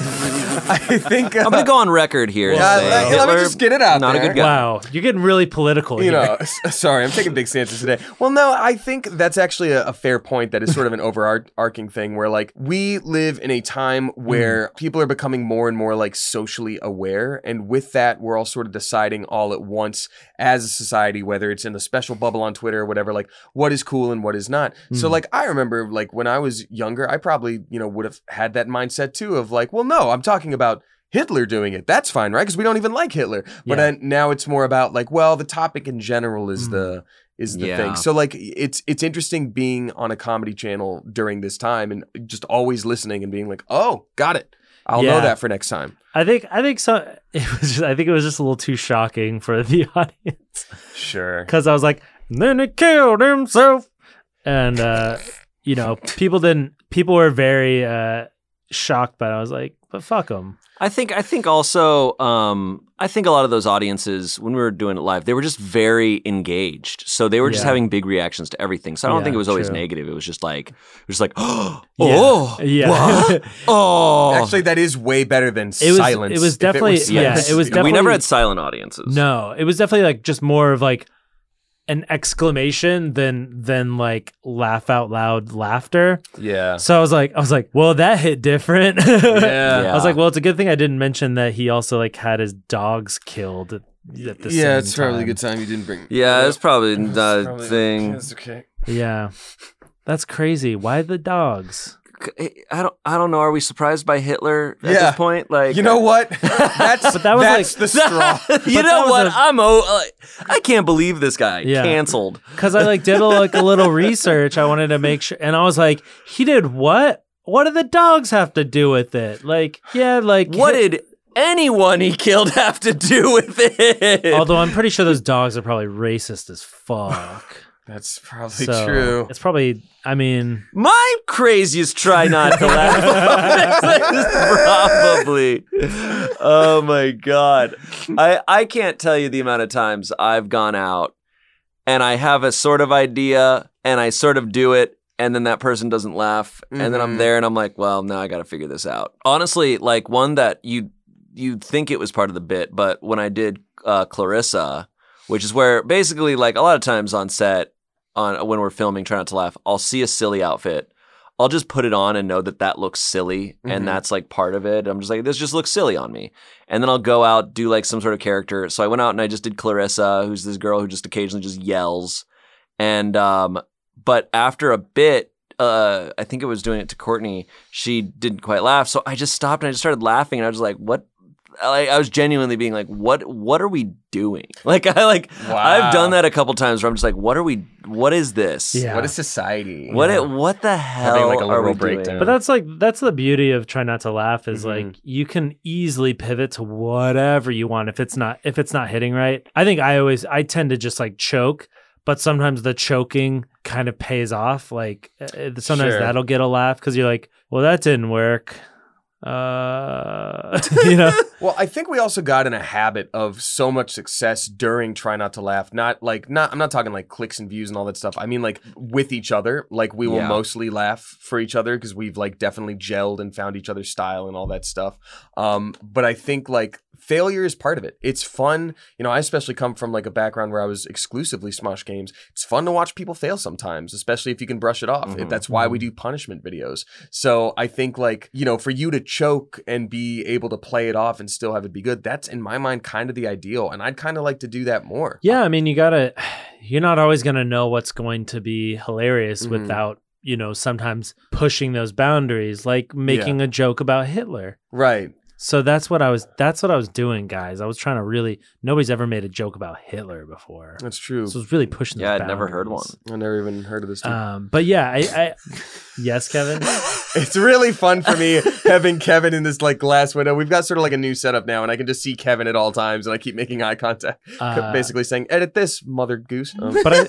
[SPEAKER 4] I think, uh,
[SPEAKER 2] I'm going to go on record here. and
[SPEAKER 4] Yeah,
[SPEAKER 2] say
[SPEAKER 4] let- let me
[SPEAKER 2] Hitler-
[SPEAKER 4] just get it out
[SPEAKER 2] Not a
[SPEAKER 4] there.
[SPEAKER 2] good guy.
[SPEAKER 3] wow you're getting really political
[SPEAKER 4] you
[SPEAKER 3] here.
[SPEAKER 4] know, s- uh, sorry, I'm taking big stances today. Well, no, I think that's actually a, a fair point. That is sort of an overarching thing where, like, we live in a time where people are becoming more and more like socially aware, and with that, we're all sort of deciding all at once as a society whether it's in the special bubble on Twitter or whatever, like what is cool and what is not. So,
[SPEAKER 3] Mm.
[SPEAKER 4] like, I remember like when I was younger, I probably you know would have had that mindset too of like, well, no, I'm talking about Hitler doing it. That's fine, right? Because we don't even like Hitler. But
[SPEAKER 3] Yeah. Mm.
[SPEAKER 4] uh, now it's more about like, well, the topic in general is the is the
[SPEAKER 2] Yeah.
[SPEAKER 4] thing. So like, it's it's interesting being on a comedy channel during this time and just always listening and being like, oh, got it. I'll know
[SPEAKER 3] Yeah.
[SPEAKER 4] that for next time.
[SPEAKER 3] I think I think so. (laughs) It was just, I think it was just a little too shocking for the (laughs) audience
[SPEAKER 4] Sure.
[SPEAKER 3] because I was like, then he killed himself, and uh, you know, people didn't. People were very uh, shocked, but I was like, but fuck him.
[SPEAKER 2] I think I think also um, I think a lot of those audiences when we were doing it live they were just very engaged so they were just
[SPEAKER 3] Yeah.
[SPEAKER 2] having big reactions to everything so I don't
[SPEAKER 3] Yeah,
[SPEAKER 2] think it was always
[SPEAKER 3] true.
[SPEAKER 2] negative it was just like it was just like (gasps) oh
[SPEAKER 3] Yeah.
[SPEAKER 2] oh
[SPEAKER 3] Yeah. (laughs)
[SPEAKER 2] what? oh
[SPEAKER 4] Actually, that is way better than
[SPEAKER 3] It was-
[SPEAKER 4] silence.
[SPEAKER 3] it was
[SPEAKER 4] if
[SPEAKER 3] definitely- yeah,
[SPEAKER 4] silence.
[SPEAKER 3] it was
[SPEAKER 2] we never
[SPEAKER 3] definitely-
[SPEAKER 2] had silent audiences
[SPEAKER 3] No, it was definitely like just more of like an exclamation than than like laugh out loud laughter.
[SPEAKER 4] yeah.
[SPEAKER 3] So I was like, I was like, well, that hit different. (laughs)
[SPEAKER 4] Yeah.
[SPEAKER 2] Yeah.
[SPEAKER 3] I was like, well, it's a good thing I didn't mention that he also like had his dogs killed. At at the same time.
[SPEAKER 4] time you didn't bring.
[SPEAKER 2] yeah it's probably
[SPEAKER 4] It's
[SPEAKER 2] not a
[SPEAKER 4] probably-
[SPEAKER 2] thing
[SPEAKER 4] It's okay.
[SPEAKER 3] Yeah. That's crazy. Why the dogs?
[SPEAKER 2] eh, I don't I don't know are we surprised by Hitler at
[SPEAKER 4] Yeah.
[SPEAKER 2] this point like (laughs)
[SPEAKER 4] You
[SPEAKER 3] (laughs)
[SPEAKER 4] know what? That's
[SPEAKER 3] But that was
[SPEAKER 4] that's
[SPEAKER 3] like- (laughs)
[SPEAKER 4] the straw.
[SPEAKER 2] you
[SPEAKER 3] that
[SPEAKER 2] know
[SPEAKER 3] was
[SPEAKER 2] what
[SPEAKER 3] a-
[SPEAKER 2] I'm o- uh, I can't believe this guy
[SPEAKER 3] Yeah.
[SPEAKER 2] canceled
[SPEAKER 3] Cuz I like did a, like a little research. I wanted to make sure and I was like, he did what? What do the dogs have to do with it? Like, yeah, like
[SPEAKER 2] what
[SPEAKER 3] Hit-
[SPEAKER 2] did anyone he killed have to do with it
[SPEAKER 3] Although I'm pretty sure those dogs are probably racist as fuck.
[SPEAKER 2] (laughs)
[SPEAKER 4] That's probably
[SPEAKER 3] So,
[SPEAKER 4] true.
[SPEAKER 3] It's probably I mean,
[SPEAKER 2] My craziest try not to laugh. Probably. Oh my god. I I can't tell you the amount of times I've gone out and I have a sort of idea and I sort of do it and then that person doesn't laugh and then I'm
[SPEAKER 4] Mhm.
[SPEAKER 2] there and I'm like, well, now I got to figure this out. Honestly, like one that you you'd think it was part of the bit, but when I did uh, Clarissa, which is where basically like a lot of times on set on when we're filming try not to laugh i'll see a silly outfit i'll just put it on and know that that looks silly
[SPEAKER 4] Mhm.
[SPEAKER 2] and that's like part of it i'm just like this just looks silly on me and then i'll go out do like some sort of character so i went out and i just did clarissa who's this girl who just occasionally just yells and um but after a bit uh, I think it was doing it to Courtney. She didn't quite laugh, so I just stopped and I just started laughing, and I was like, "What?" I, I was genuinely being like, "What? What are we doing?" (laughs) Like, I like
[SPEAKER 4] Wow.
[SPEAKER 2] I've done that a couple times where I'm just like, "What are we? What is this?
[SPEAKER 3] yeah.
[SPEAKER 4] What is society?
[SPEAKER 2] What? It, what the hell
[SPEAKER 4] Having, like, a
[SPEAKER 2] are we
[SPEAKER 4] literal breakdown.
[SPEAKER 3] But
[SPEAKER 2] doing?"
[SPEAKER 3] that's like that's the beauty of try not to laugh is
[SPEAKER 4] Mhm.
[SPEAKER 3] like you can easily pivot to whatever you want if it's not if it's not hitting right. I think I always I tend to just like choke, but sometimes the choking kind of pays off. Like uh, sometimes
[SPEAKER 4] Sure.
[SPEAKER 3] that'll get a laugh because you're like, well, that didn't work. Uh, (laughs) you know,
[SPEAKER 4] Well, I think we also got in a habit of so much success during Try Not to Laugh. Not like not I'm not talking like clicks and views and all that stuff. I mean like with each other. Like we will
[SPEAKER 2] Yeah.
[SPEAKER 4] mostly laugh for each other because we've like definitely gelled and found each other's style and all that stuff. Um, but I think like failure is part of it. It's fun. You know, I especially come from like a background where I was exclusively Smosh games. It's fun to watch people fail sometimes, especially if you can brush it off.
[SPEAKER 2] Mhm.
[SPEAKER 4] That's why we do punishment videos. So I think like, you know, for you to choke and be able to play it off and still have it be good, that's in my mind kind of the ideal. And I'd kind of like to do that more.
[SPEAKER 3] yeah. I mean, you gotta. You're not always gonna know what's going to be hilarious
[SPEAKER 4] Mhm.
[SPEAKER 3] without you know sometimes pushing those boundaries, like making a joke about Hitler.
[SPEAKER 4] Right.
[SPEAKER 3] So that's what I was. That's what I was doing, guys. I was trying to really. Nobody's ever made a joke about Hitler before. So
[SPEAKER 4] That's true.
[SPEAKER 3] I was really pushing.
[SPEAKER 2] Yeah,
[SPEAKER 3] those
[SPEAKER 2] I'd never heard
[SPEAKER 3] boundaries.
[SPEAKER 4] I never even heard of this. dude. (laughs)
[SPEAKER 3] Um, but yeah, I, I yes, Kevin.
[SPEAKER 4] it's really fun for me having Kevin in this like glass window. We've got sort of like a new setup now, and I can just see Kevin at all times, and I keep making eye contact,
[SPEAKER 3] Uh,
[SPEAKER 4] (laughs) basically saying, "Edit this, mother goose." Um,
[SPEAKER 3] but I,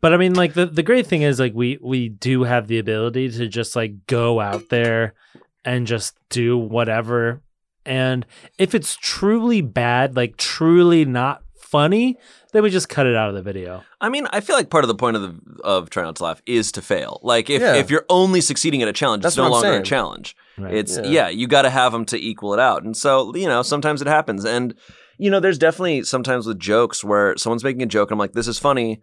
[SPEAKER 3] but I mean, like the the great thing is like we we do have the ability to just like go out there and just do whatever. And if it's truly bad, like truly not funny, then we just cut it out of the video.
[SPEAKER 2] I mean, I feel like part of the point of the, of try not to laugh is to fail. Like if,
[SPEAKER 4] Yeah.
[SPEAKER 2] if you're only succeeding at a challenge,
[SPEAKER 4] That's
[SPEAKER 2] it's no
[SPEAKER 4] what I'm
[SPEAKER 2] longer
[SPEAKER 4] saying.
[SPEAKER 2] a challenge.
[SPEAKER 3] Right.
[SPEAKER 2] It's
[SPEAKER 4] Yeah.
[SPEAKER 2] yeah, you got to have them to equal it out. And so, you know, sometimes it happens. And you know, there's definitely sometimes with jokes where someone's making a joke and I'm like, this is funny,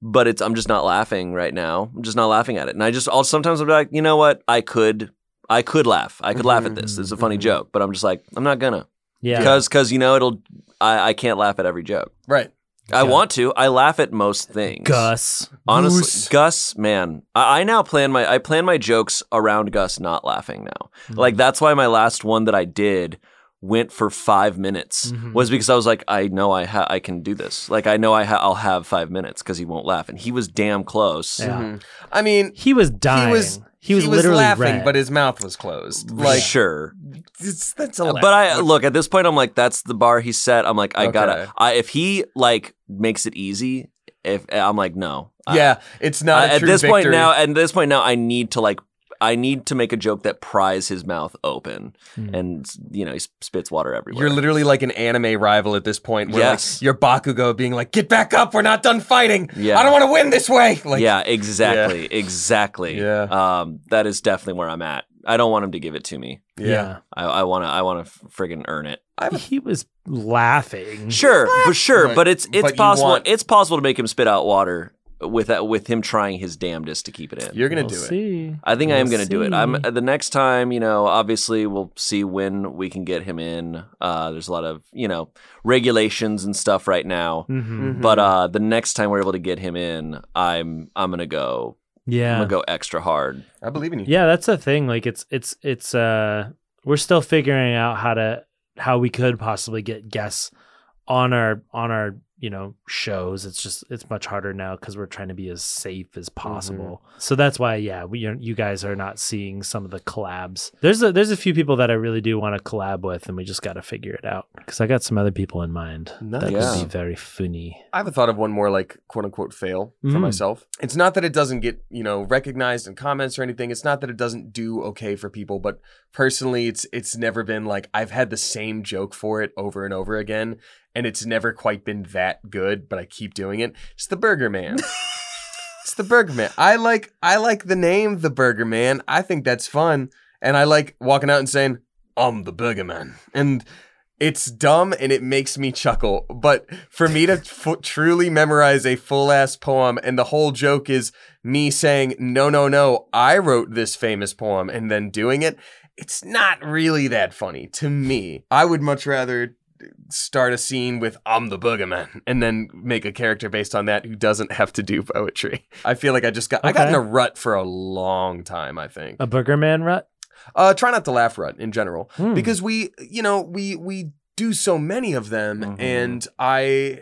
[SPEAKER 2] but it's I'm just not laughing right now. I'm just not laughing at it. And I just I'll sometimes I'm like, you know what? I could I could laugh. I could laugh at this. This is a funny
[SPEAKER 4] Mhm.
[SPEAKER 2] joke, but I'm just like, I'm not gonna.
[SPEAKER 3] Mm-hmm. yeah.
[SPEAKER 2] Cuz cuz you know, it'll I I can't laugh at every joke.
[SPEAKER 4] right.
[SPEAKER 2] I
[SPEAKER 3] Yeah.
[SPEAKER 2] want to. I laugh at most things.
[SPEAKER 3] Gus.
[SPEAKER 2] Honestly,
[SPEAKER 4] Goose.
[SPEAKER 2] Gus, man, I, I now plan my I plan my jokes around Gus not laughing now.
[SPEAKER 3] Mhm.
[SPEAKER 2] Like that's why my last one that I did went for five minutes
[SPEAKER 3] Mhm.
[SPEAKER 2] was because I was like, I know I ha- I can do this. Like I know I ha- I'll have five minutes because he won't laugh, and he was damn close.
[SPEAKER 3] Yeah.
[SPEAKER 4] Mhm. I mean,
[SPEAKER 3] He was dying.
[SPEAKER 4] he was
[SPEAKER 3] literally
[SPEAKER 4] laughing,
[SPEAKER 3] red.
[SPEAKER 4] but his mouth was closed.
[SPEAKER 2] Like
[SPEAKER 4] Like
[SPEAKER 2] sure,
[SPEAKER 4] it's, that's a
[SPEAKER 2] but I look at this point. I'm like, that's the bar he set. I'm like, I
[SPEAKER 4] Okay.
[SPEAKER 2] gotta. I if he like makes it easy, if I'm like, no, I- uh,
[SPEAKER 4] yeah, it's not
[SPEAKER 2] I-
[SPEAKER 4] a
[SPEAKER 2] at
[SPEAKER 4] true
[SPEAKER 2] this point
[SPEAKER 4] victory.
[SPEAKER 2] now. At this point now, I need to like, I need to make a joke that pries his mouth open,
[SPEAKER 3] Mm.
[SPEAKER 2] and you know he spits water everywhere.
[SPEAKER 4] Hmm. You're literally like an anime rival at this point. Where
[SPEAKER 2] Yes.
[SPEAKER 4] Like, you're Bakugo being like, get back up. We're not done fighting.
[SPEAKER 2] Yeah.
[SPEAKER 4] I don't want to win this way. Like,
[SPEAKER 2] yeah, exactly, exactly.
[SPEAKER 4] (laughs) Yeah.
[SPEAKER 2] um, that is definitely where I'm at. I don't want him to give it to me.
[SPEAKER 4] Yeah.
[SPEAKER 2] I, I wanna, I wanna friggin' earn it.
[SPEAKER 4] I have
[SPEAKER 3] yeah.
[SPEAKER 4] a
[SPEAKER 3] He was laughing.
[SPEAKER 2] Sure, but sure,
[SPEAKER 4] But-
[SPEAKER 2] but, it's it's
[SPEAKER 4] Hmm. but you
[SPEAKER 2] possible.
[SPEAKER 4] want-
[SPEAKER 2] It's possible to make him spit out water with that, with him trying his damnedest to keep it in.
[SPEAKER 4] You're gonna
[SPEAKER 3] We'll
[SPEAKER 4] do it.
[SPEAKER 3] see.
[SPEAKER 2] I think I am
[SPEAKER 3] We'll
[SPEAKER 2] going to do it. I'm uh,
[SPEAKER 3] see.
[SPEAKER 2] the next time, you know, obviously we'll see when we can get him in. Uh, there's a lot of, you know, regulations and stuff right now.
[SPEAKER 3] Mhm.
[SPEAKER 4] Mm-hmm.
[SPEAKER 2] But uh, the next time we're able to get him in, I'm I'm going to go I'm
[SPEAKER 3] Yeah.
[SPEAKER 2] going to go extra hard.
[SPEAKER 4] I believe in you.
[SPEAKER 3] Yeah, that's the thing. Like it's it's it's uh we're still figuring out how to how we could possibly get guests on our on our, you know, shows. It's just it's much harder now cuz we're trying to be as safe as
[SPEAKER 4] Mm-hmm.
[SPEAKER 3] possible. So that's why yeah, we you're- you guys are not seeing some of the collabs. There's a there's a few people that I really do want to collab with and we just got to figure it out cuz I got some other people in mind. That
[SPEAKER 4] Nice.
[SPEAKER 3] would be very funny.
[SPEAKER 4] I have a thought of one more like quote unquote fail for
[SPEAKER 3] Mm.
[SPEAKER 4] myself. It's not that it doesn't get, you know, recognized in comments or anything. It's not that it doesn't do okay for people, but personally it's it's never been like I've had the same joke for it over and over again and it's never quite been that good, but I keep doing it. It's the Burger Man. it's the Burger Man. I like I like the name the Burger Man. I think that's fun. And I like walking out and saying, I'm the Burger Man. And it's dumb and it makes me chuckle. But for me to f- truly memorize a full ass poem, and the whole joke is me saying, no, no, no, I wrote this famous poem and then doing it, it's not really that funny to me. I would much rather start a scene with I'm the boogeyman and then make a character based on that who doesn't have to do poetry. I feel like I just got I got
[SPEAKER 3] Okay.
[SPEAKER 4] in a rut for a long time, I think.
[SPEAKER 3] A Burger Man rut?
[SPEAKER 4] Uh try not to laugh rut in general
[SPEAKER 3] Hmm.
[SPEAKER 4] because we you know we we do so many of them
[SPEAKER 2] Mhm.
[SPEAKER 3] Mm-hmm.
[SPEAKER 4] and i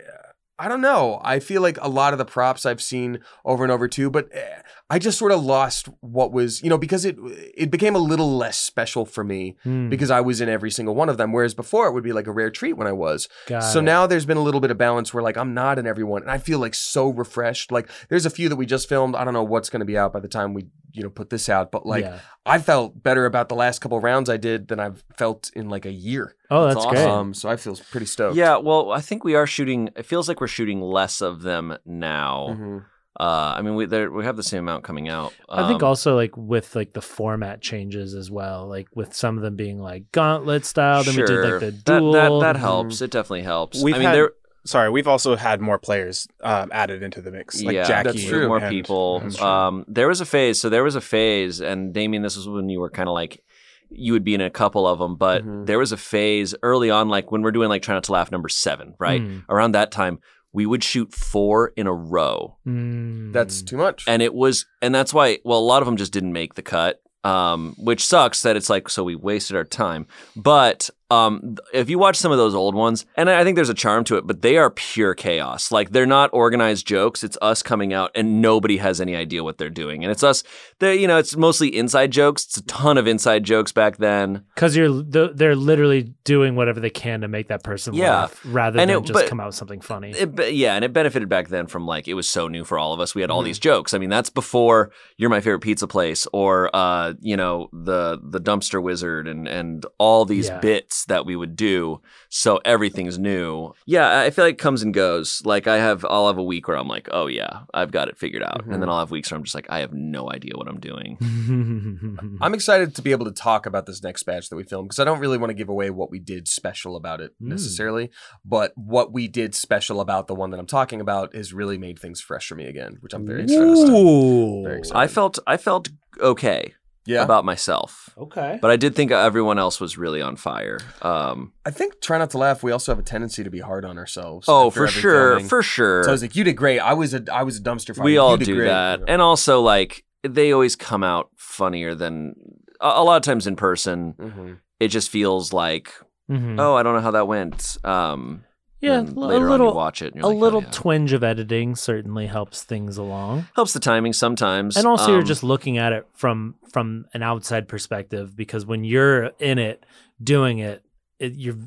[SPEAKER 4] i don't know i feel like a lot of the props i've seen over and over too but eh, I just sort of lost what was, you know, because it it became a little less special for me
[SPEAKER 3] Hmm,
[SPEAKER 4] because I was in every single one of them. Whereas before it would be like a rare treat when I was.
[SPEAKER 3] got
[SPEAKER 4] So
[SPEAKER 3] it.
[SPEAKER 4] now there's been a little bit of balance where like I'm not in everyone, and I feel like so refreshed. Like there's a few that we just filmed. I don't know what's going to be out by the time we you know put this out, but like
[SPEAKER 3] Yeah.
[SPEAKER 4] I felt better about the last couple rounds I did than I've felt in like a year.
[SPEAKER 3] oh,
[SPEAKER 2] that's
[SPEAKER 3] that's, great.
[SPEAKER 2] awesome.
[SPEAKER 4] Um, so I feel pretty stoked.
[SPEAKER 2] Yeah, well, I think we are shooting. It feels like we're shooting less of them now.
[SPEAKER 1] Mm-hmm.
[SPEAKER 4] Mhm.
[SPEAKER 2] Uh, I mean, we there, we have the same amount coming out.
[SPEAKER 3] I think
[SPEAKER 2] Um,
[SPEAKER 3] also like with like the format changes as well, like with some of them being like gauntlet style, then we did
[SPEAKER 2] sure.
[SPEAKER 3] like the
[SPEAKER 2] That-
[SPEAKER 3] duel.
[SPEAKER 2] That, that, helps. It definitely helps.
[SPEAKER 1] Mm-hmm. We've
[SPEAKER 2] I mean,
[SPEAKER 1] had-
[SPEAKER 2] there
[SPEAKER 1] Sorry, we've also had more players um, added into the mix, like
[SPEAKER 2] yeah,
[SPEAKER 1] Jackie,
[SPEAKER 4] that's true.
[SPEAKER 2] more
[SPEAKER 1] and-
[SPEAKER 2] people.
[SPEAKER 1] That's true.
[SPEAKER 2] Um, there was a phase. So there was a phase, and Damien, this was when you were kind of like you would be in a couple of them, but
[SPEAKER 1] Mm-hmm.
[SPEAKER 4] Mhm.
[SPEAKER 2] there was a phase early on, like when we're doing like trying not to laugh number seven, right?
[SPEAKER 3] Mm,
[SPEAKER 2] Around that time, we would shoot four in a row.
[SPEAKER 3] mm.
[SPEAKER 4] That's too much.
[SPEAKER 2] and it was and that's why well a lot of them just didn't make the cut um which sucks that it's like so we wasted our time but um th- if you watch some of those old ones and i I think there's a charm to it but they are pure chaos like they're not organized jokes it's us coming out and nobody has any idea what they're doing and it's us they you know it's mostly inside jokes it's a ton of inside jokes back then
[SPEAKER 3] because you're th- they're literally doing whatever they can to make that person
[SPEAKER 2] Yeah.
[SPEAKER 3] laugh rather
[SPEAKER 2] And
[SPEAKER 3] than
[SPEAKER 2] it-
[SPEAKER 3] just
[SPEAKER 2] but-
[SPEAKER 3] come out with something funny. (laughs)
[SPEAKER 2] It, be- yeah, and it benefited back then from like it was so new for all of us. We had all
[SPEAKER 4] Mm-hmm.
[SPEAKER 2] these jokes. I mean, that's before "You're My Favorite Pizza Place" or uh, you know the the Dumpster Wizard and and all these
[SPEAKER 3] Yeah.
[SPEAKER 2] bits that we would do. So everything's new. Yeah, I feel like it comes and goes. Like I have, I'll have a week where I'm like, oh yeah, I've got it figured out,
[SPEAKER 4] Mm-hmm.
[SPEAKER 2] and then I'll have weeks where I'm just like, I have no idea what I'm doing.
[SPEAKER 3] Mm-hmm.
[SPEAKER 4] I'm excited to be able to talk about this next batch that we filmed because I don't really want to give away what we did special about it
[SPEAKER 3] Mm.
[SPEAKER 4] necessarily, but what we did special about the one that I'm talking about has really made things fresh for me again, which I'm very excited. about.
[SPEAKER 3] Ooh.
[SPEAKER 4] Very excited.
[SPEAKER 2] I felt I felt okay
[SPEAKER 4] Yeah,
[SPEAKER 2] about myself,
[SPEAKER 3] Okay.
[SPEAKER 2] but I did think everyone else was really on fire. Um,
[SPEAKER 4] I think try not to laugh. We also have a tendency to be hard on ourselves.
[SPEAKER 2] oh,
[SPEAKER 4] after
[SPEAKER 2] for
[SPEAKER 4] every
[SPEAKER 2] sure,
[SPEAKER 4] filming.
[SPEAKER 2] for sure.
[SPEAKER 4] So I was like, you did great. I was a I was a dumpster fire.
[SPEAKER 2] we
[SPEAKER 4] You
[SPEAKER 2] all
[SPEAKER 4] did
[SPEAKER 2] do
[SPEAKER 4] great.
[SPEAKER 2] that
[SPEAKER 4] You know.
[SPEAKER 2] and also like they always come out funnier than a, a lot of times in person
[SPEAKER 4] Mhm.
[SPEAKER 2] it just feels like
[SPEAKER 3] hmm
[SPEAKER 2] oh i don't know how that went um
[SPEAKER 3] yeah,
[SPEAKER 2] then
[SPEAKER 3] l- a
[SPEAKER 2] later on you
[SPEAKER 3] little,
[SPEAKER 2] watch it and you're
[SPEAKER 3] a
[SPEAKER 2] like, oh,
[SPEAKER 3] little
[SPEAKER 2] yeah.
[SPEAKER 3] twinge of editing certainly helps things along.
[SPEAKER 2] helps the timing sometimes
[SPEAKER 3] and also you're
[SPEAKER 2] Um,
[SPEAKER 3] just looking at it from from an outside perspective because when you're in it doing it, it you're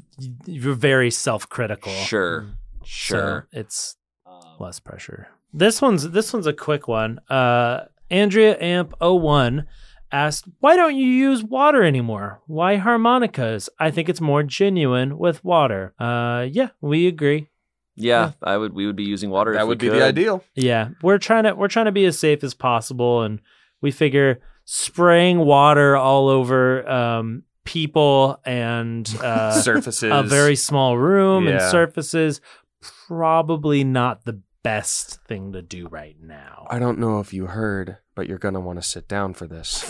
[SPEAKER 3] you're very self-critical
[SPEAKER 2] sure
[SPEAKER 3] So
[SPEAKER 2] sure
[SPEAKER 3] it's less pressure this one's this one's a quick one uh andrea amp 01 asked why don't you use water anymore why harmonicas i think it's more genuine with water uh yeah we agree
[SPEAKER 2] yeah, i would we would be using water
[SPEAKER 4] That
[SPEAKER 2] if we
[SPEAKER 4] would be
[SPEAKER 2] could.
[SPEAKER 4] the ideal.
[SPEAKER 3] Yeah, we're trying to we're trying to be as safe as possible, and we figure spraying water all over um, people
[SPEAKER 4] (laughs)
[SPEAKER 3] and uh,
[SPEAKER 4] Surfaces.
[SPEAKER 3] a very small room and
[SPEAKER 4] Yeah.
[SPEAKER 3] surfaces probably not the best thing to do right now.
[SPEAKER 4] I don't know if you heard, but you're gonna want to sit down for this.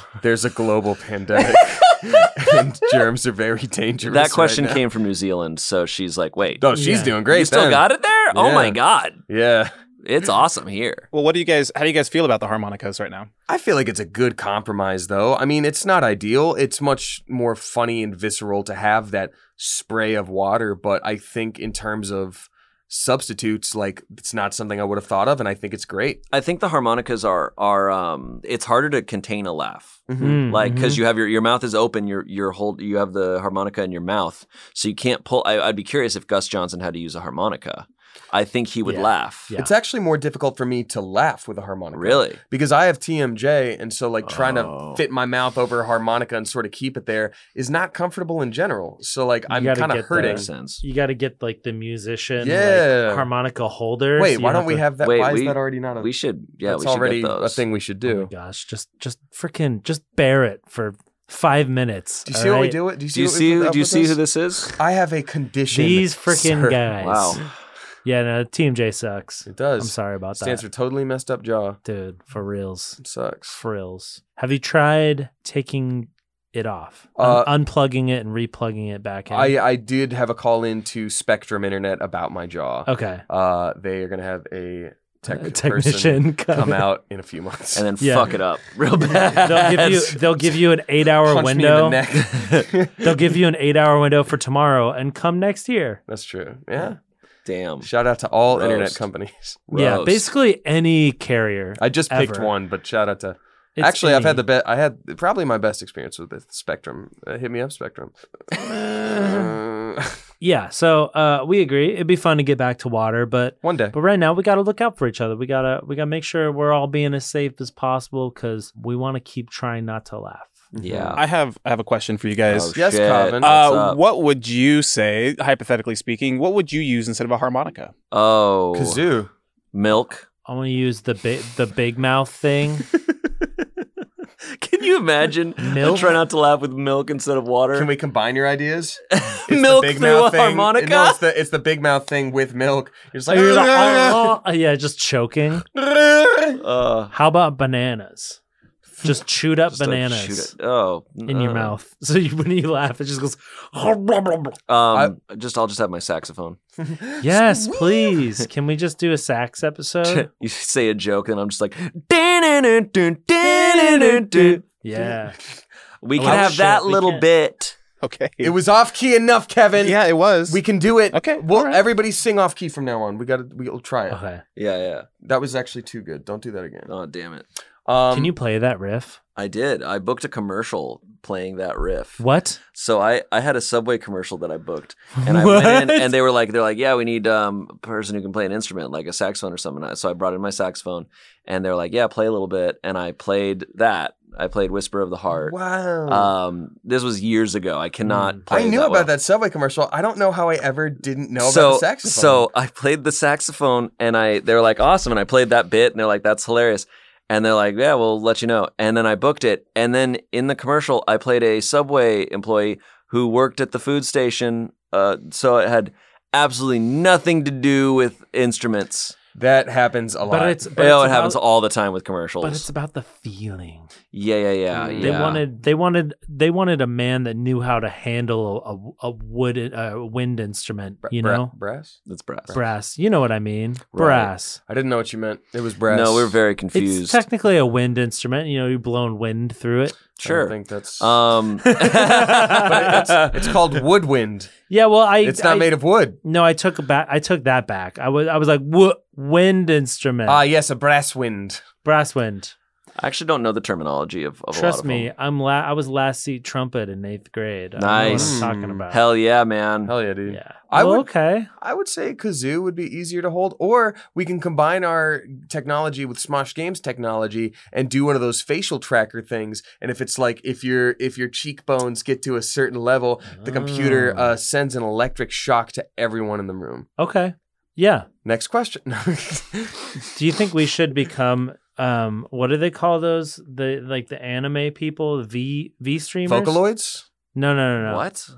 [SPEAKER 4] (laughs) There's a global pandemic, (laughs) and germs are very dangerous.
[SPEAKER 2] that question
[SPEAKER 4] right now.
[SPEAKER 2] came from new zealand so she's like wait
[SPEAKER 4] Oh, she's
[SPEAKER 3] Yeah.
[SPEAKER 4] doing great.
[SPEAKER 2] you still
[SPEAKER 4] then.
[SPEAKER 2] got it there oh my
[SPEAKER 4] Yeah.
[SPEAKER 2] god
[SPEAKER 4] Yeah. (laughs)
[SPEAKER 2] it's awesome here
[SPEAKER 1] Well, what do you guys? How do you guys feel about the harmonicas right now?
[SPEAKER 4] I feel like it's a good compromise, though. I mean, it's not ideal. It's much more funny and visceral to have that spray of water, but I think in terms of substitutes, like it's not something I would have thought of, and I think it's great.
[SPEAKER 2] i think the harmonicas are are um it's harder to contain a laugh
[SPEAKER 4] Mm-hmm.
[SPEAKER 3] Mm,
[SPEAKER 2] like because
[SPEAKER 3] mhm.
[SPEAKER 2] you have your your mouth is open your your hold you have the harmonica in your mouth so you can't pull I, i'd be curious if gus johnson had to use a harmonica i think he would
[SPEAKER 3] Yeah.
[SPEAKER 2] laugh
[SPEAKER 3] Yeah.
[SPEAKER 4] It's actually more difficult for me to laugh with a harmonica.
[SPEAKER 2] (laughs) really
[SPEAKER 4] Because I have TMJ, and so like trying
[SPEAKER 2] Oh.
[SPEAKER 4] to fit my mouth over a harmonica and sort of keep it there is not comfortable in general. So like I'm
[SPEAKER 3] gotta
[SPEAKER 4] kind
[SPEAKER 3] get
[SPEAKER 4] of
[SPEAKER 3] the-
[SPEAKER 4] hurting.
[SPEAKER 2] makes sense
[SPEAKER 3] you got to get like the musician,
[SPEAKER 4] Yeah.
[SPEAKER 3] like, harmonica holder. so
[SPEAKER 4] Wait,
[SPEAKER 3] you
[SPEAKER 4] why
[SPEAKER 3] don't
[SPEAKER 4] don't we
[SPEAKER 3] to-
[SPEAKER 4] have that?
[SPEAKER 2] Wait,
[SPEAKER 4] why
[SPEAKER 2] we-
[SPEAKER 4] is that already not a?
[SPEAKER 2] we should yeah
[SPEAKER 4] that's
[SPEAKER 2] we should
[SPEAKER 4] already
[SPEAKER 2] get
[SPEAKER 4] a
[SPEAKER 2] those.
[SPEAKER 4] thing we should
[SPEAKER 3] Oh
[SPEAKER 4] do.
[SPEAKER 3] my gosh, just just freaking just bear it for five minutes.
[SPEAKER 4] Do you
[SPEAKER 3] all
[SPEAKER 4] see what we
[SPEAKER 3] right?
[SPEAKER 4] do? It. Do you see?
[SPEAKER 2] do you
[SPEAKER 4] what we
[SPEAKER 2] see
[SPEAKER 4] put up
[SPEAKER 2] do you
[SPEAKER 4] with
[SPEAKER 2] see who this is
[SPEAKER 4] (laughs) I have a condition.
[SPEAKER 3] These freaking
[SPEAKER 4] sir.
[SPEAKER 3] guys.
[SPEAKER 2] wow
[SPEAKER 3] Yeah, no, TMJ sucks.
[SPEAKER 4] It does.
[SPEAKER 3] I'm sorry about that.
[SPEAKER 4] Stands for totally messed up jaw.
[SPEAKER 3] Dude, for reals.
[SPEAKER 4] It sucks.
[SPEAKER 3] Frills. Have you tried taking it off?
[SPEAKER 4] Uh,
[SPEAKER 3] Un- unplugging it and replugging it back in?
[SPEAKER 4] I uh, I did have a call in to Spectrum Internet about my jaw.
[SPEAKER 3] okay.
[SPEAKER 4] Uh, they are gonna have a tech
[SPEAKER 3] A
[SPEAKER 4] person
[SPEAKER 3] Oh. (laughs) technician
[SPEAKER 4] come
[SPEAKER 3] (laughs) come
[SPEAKER 4] out in a few months.
[SPEAKER 2] and then
[SPEAKER 3] Yeah.
[SPEAKER 2] fuck it up (laughs) real bad
[SPEAKER 3] They'll give you they'll give you an 8-hour
[SPEAKER 4] (laughs) punch
[SPEAKER 3] window.
[SPEAKER 4] me in the neck.
[SPEAKER 3] (laughs)
[SPEAKER 4] (laughs)
[SPEAKER 3] they'll give you an 8-hour window for tomorrow and come next year.
[SPEAKER 4] That's true. Yeah.
[SPEAKER 2] Damn.
[SPEAKER 4] Shout out to all internet
[SPEAKER 2] Roast.
[SPEAKER 4] companies.
[SPEAKER 3] Yeah,
[SPEAKER 2] Roast.
[SPEAKER 3] basically any carrier.
[SPEAKER 4] I just picked
[SPEAKER 3] Ever.
[SPEAKER 4] one, but shout out to.
[SPEAKER 3] It's
[SPEAKER 4] Actually, I've had
[SPEAKER 3] any.
[SPEAKER 4] the best. I had probably my best experience with the Spectrum. Uh, hit me up, Spectrum. Uh,
[SPEAKER 3] Yeah, so uh, we agree. It'd be fun to get back to water, but
[SPEAKER 4] one day.
[SPEAKER 3] but right now we got to look out for each other. We gotta we gotta make sure we're all being as safe as possible because we want to keep trying not to laugh.
[SPEAKER 2] Yeah.
[SPEAKER 1] I have I have a question for you guys.
[SPEAKER 2] Oh,
[SPEAKER 4] Yes,
[SPEAKER 2] shit.
[SPEAKER 4] Calvin.
[SPEAKER 2] What's
[SPEAKER 1] Uh,
[SPEAKER 2] up?
[SPEAKER 1] what would you say, hypothetically speaking, what would you use instead of a harmonica?
[SPEAKER 2] oh,
[SPEAKER 4] Kazoo.
[SPEAKER 2] milk. (laughs)
[SPEAKER 3] I'm gonna use the big the big mouth thing.
[SPEAKER 2] Can you imagine?
[SPEAKER 3] Milk?
[SPEAKER 2] I try not to laugh with milk instead of water.
[SPEAKER 4] Can we combine your ideas? It's the
[SPEAKER 2] milk
[SPEAKER 4] big
[SPEAKER 2] through
[SPEAKER 4] mouth
[SPEAKER 2] a
[SPEAKER 4] thing.
[SPEAKER 2] harmonica?
[SPEAKER 4] No, it's the, it's the big mouth thing with milk. You're just like,
[SPEAKER 3] You're
[SPEAKER 2] (laughs)
[SPEAKER 3] like, "Oh, oh," yeah, just choking.
[SPEAKER 2] uh,
[SPEAKER 3] How about bananas? Just chewed up
[SPEAKER 2] just like
[SPEAKER 3] bananas
[SPEAKER 2] shoot it- Oh,
[SPEAKER 3] in your
[SPEAKER 2] uh,
[SPEAKER 3] mouth. (laughs) So you, when you laugh, it
[SPEAKER 2] (laughs)
[SPEAKER 3] just goes.
[SPEAKER 2] Um, just I'll just have my saxophone.
[SPEAKER 3] Yes, please. Can we just do a sax
[SPEAKER 2] (laughs)
[SPEAKER 3] episode? (laughs)
[SPEAKER 2] you say a joke, and I'm just like, we
[SPEAKER 3] yeah.
[SPEAKER 2] can
[SPEAKER 3] Oh,
[SPEAKER 2] have
[SPEAKER 3] shit,
[SPEAKER 2] that
[SPEAKER 3] we
[SPEAKER 2] little
[SPEAKER 3] can't.
[SPEAKER 2] bit.
[SPEAKER 1] Okay.
[SPEAKER 4] it was off key enough, Kevin.
[SPEAKER 1] yeah, it was.
[SPEAKER 4] We can do it.
[SPEAKER 1] Okay,
[SPEAKER 4] Well,
[SPEAKER 1] all right.
[SPEAKER 4] everybody sing off key from now on. We gotta. We'll try it.
[SPEAKER 3] Okay.
[SPEAKER 2] Yeah, yeah.
[SPEAKER 4] That was actually too good. Don't do that again.
[SPEAKER 2] Oh, damn it!
[SPEAKER 4] Um,
[SPEAKER 3] Can you play that riff?
[SPEAKER 2] I did. I booked a commercial playing that riff.
[SPEAKER 3] What?
[SPEAKER 2] So I, I had a Subway commercial that I booked, and I went
[SPEAKER 3] (laughs)
[SPEAKER 2] in, and they were like, they're like, yeah, we need um, a person who can play an instrument, like a saxophone or something. So I brought in my saxophone, and they're like, yeah, play a little bit, and I played that. I played "Whisper of the Heart."
[SPEAKER 4] Wow.
[SPEAKER 2] Um, this was years ago. I cannot.
[SPEAKER 3] Mm.
[SPEAKER 2] play
[SPEAKER 4] I knew
[SPEAKER 2] that
[SPEAKER 4] about
[SPEAKER 2] well.
[SPEAKER 4] uh, that subway commercial. I don't know how I ever didn't know
[SPEAKER 2] so,
[SPEAKER 4] about the saxophone.
[SPEAKER 2] So I played the saxophone and I they were like, awesome. And I played that bit and they're like, that's hilarious. And they're like, yeah, we'll let you know. And then I booked it. And then in the commercial, I played a Subway employee who worked at the food station. Uh, so it had absolutely nothing to do with instruments.
[SPEAKER 4] that happens a lot.
[SPEAKER 3] But it's but
[SPEAKER 2] oh,
[SPEAKER 3] it's
[SPEAKER 2] it happens
[SPEAKER 3] about-
[SPEAKER 2] all the time with commercials.
[SPEAKER 3] But it's about the feeling.
[SPEAKER 2] yeah, yeah, yeah, yeah.
[SPEAKER 3] They wanted they wanted they wanted a man that knew how to handle a a wood a wind instrument,
[SPEAKER 4] Bra-
[SPEAKER 3] you
[SPEAKER 4] bra-
[SPEAKER 3] know?
[SPEAKER 4] brass.
[SPEAKER 2] it's brass.
[SPEAKER 3] Brass. You know what I mean?
[SPEAKER 2] Right.
[SPEAKER 3] Brass.
[SPEAKER 4] I didn't know what you meant. It was brass.
[SPEAKER 2] No, we we're very
[SPEAKER 3] It's
[SPEAKER 2] confused.
[SPEAKER 3] technically a wind instrument. You know, you're blowing wind through it.
[SPEAKER 4] I
[SPEAKER 2] sure.
[SPEAKER 4] don't think
[SPEAKER 3] (laughs)
[SPEAKER 4] that's.
[SPEAKER 2] Um,
[SPEAKER 4] (laughs)
[SPEAKER 2] (laughs)
[SPEAKER 4] but it's, it's called woodwind.
[SPEAKER 3] Yeah, well, I
[SPEAKER 4] It's not
[SPEAKER 3] I-
[SPEAKER 4] made of wood.
[SPEAKER 3] No, I took back. I took that back. I was I was like "Wha- wind instrument,
[SPEAKER 4] Ah, yes, a brass wind.
[SPEAKER 3] brass wind.
[SPEAKER 2] I actually don't know the terminology of, of a lot
[SPEAKER 3] Trust
[SPEAKER 2] of
[SPEAKER 3] me,
[SPEAKER 2] them.
[SPEAKER 3] I'm la- I was last seat trumpet in eighth grade. I know
[SPEAKER 2] Nice. Hmm.
[SPEAKER 3] what I'm talking about.
[SPEAKER 2] Hell yeah, man.
[SPEAKER 4] Hell yeah, dude.
[SPEAKER 3] yeah.
[SPEAKER 4] I
[SPEAKER 3] Well,
[SPEAKER 4] would-
[SPEAKER 3] okay.
[SPEAKER 4] I would say kazoo would be easier to hold, or we can combine our technology with Smosh Games technology and do one of those facial tracker things. And if it's like if your if your cheekbones get to a certain level, the computer
[SPEAKER 3] Oh.
[SPEAKER 4] uh, sends an electric shock to everyone in the room.
[SPEAKER 3] Okay. Yeah.
[SPEAKER 4] Next question. (laughs)
[SPEAKER 3] Do you think we should become um what do they call those the like the anime people V V streamers?
[SPEAKER 4] Vocaloids.
[SPEAKER 3] No, no, no, no.
[SPEAKER 2] What?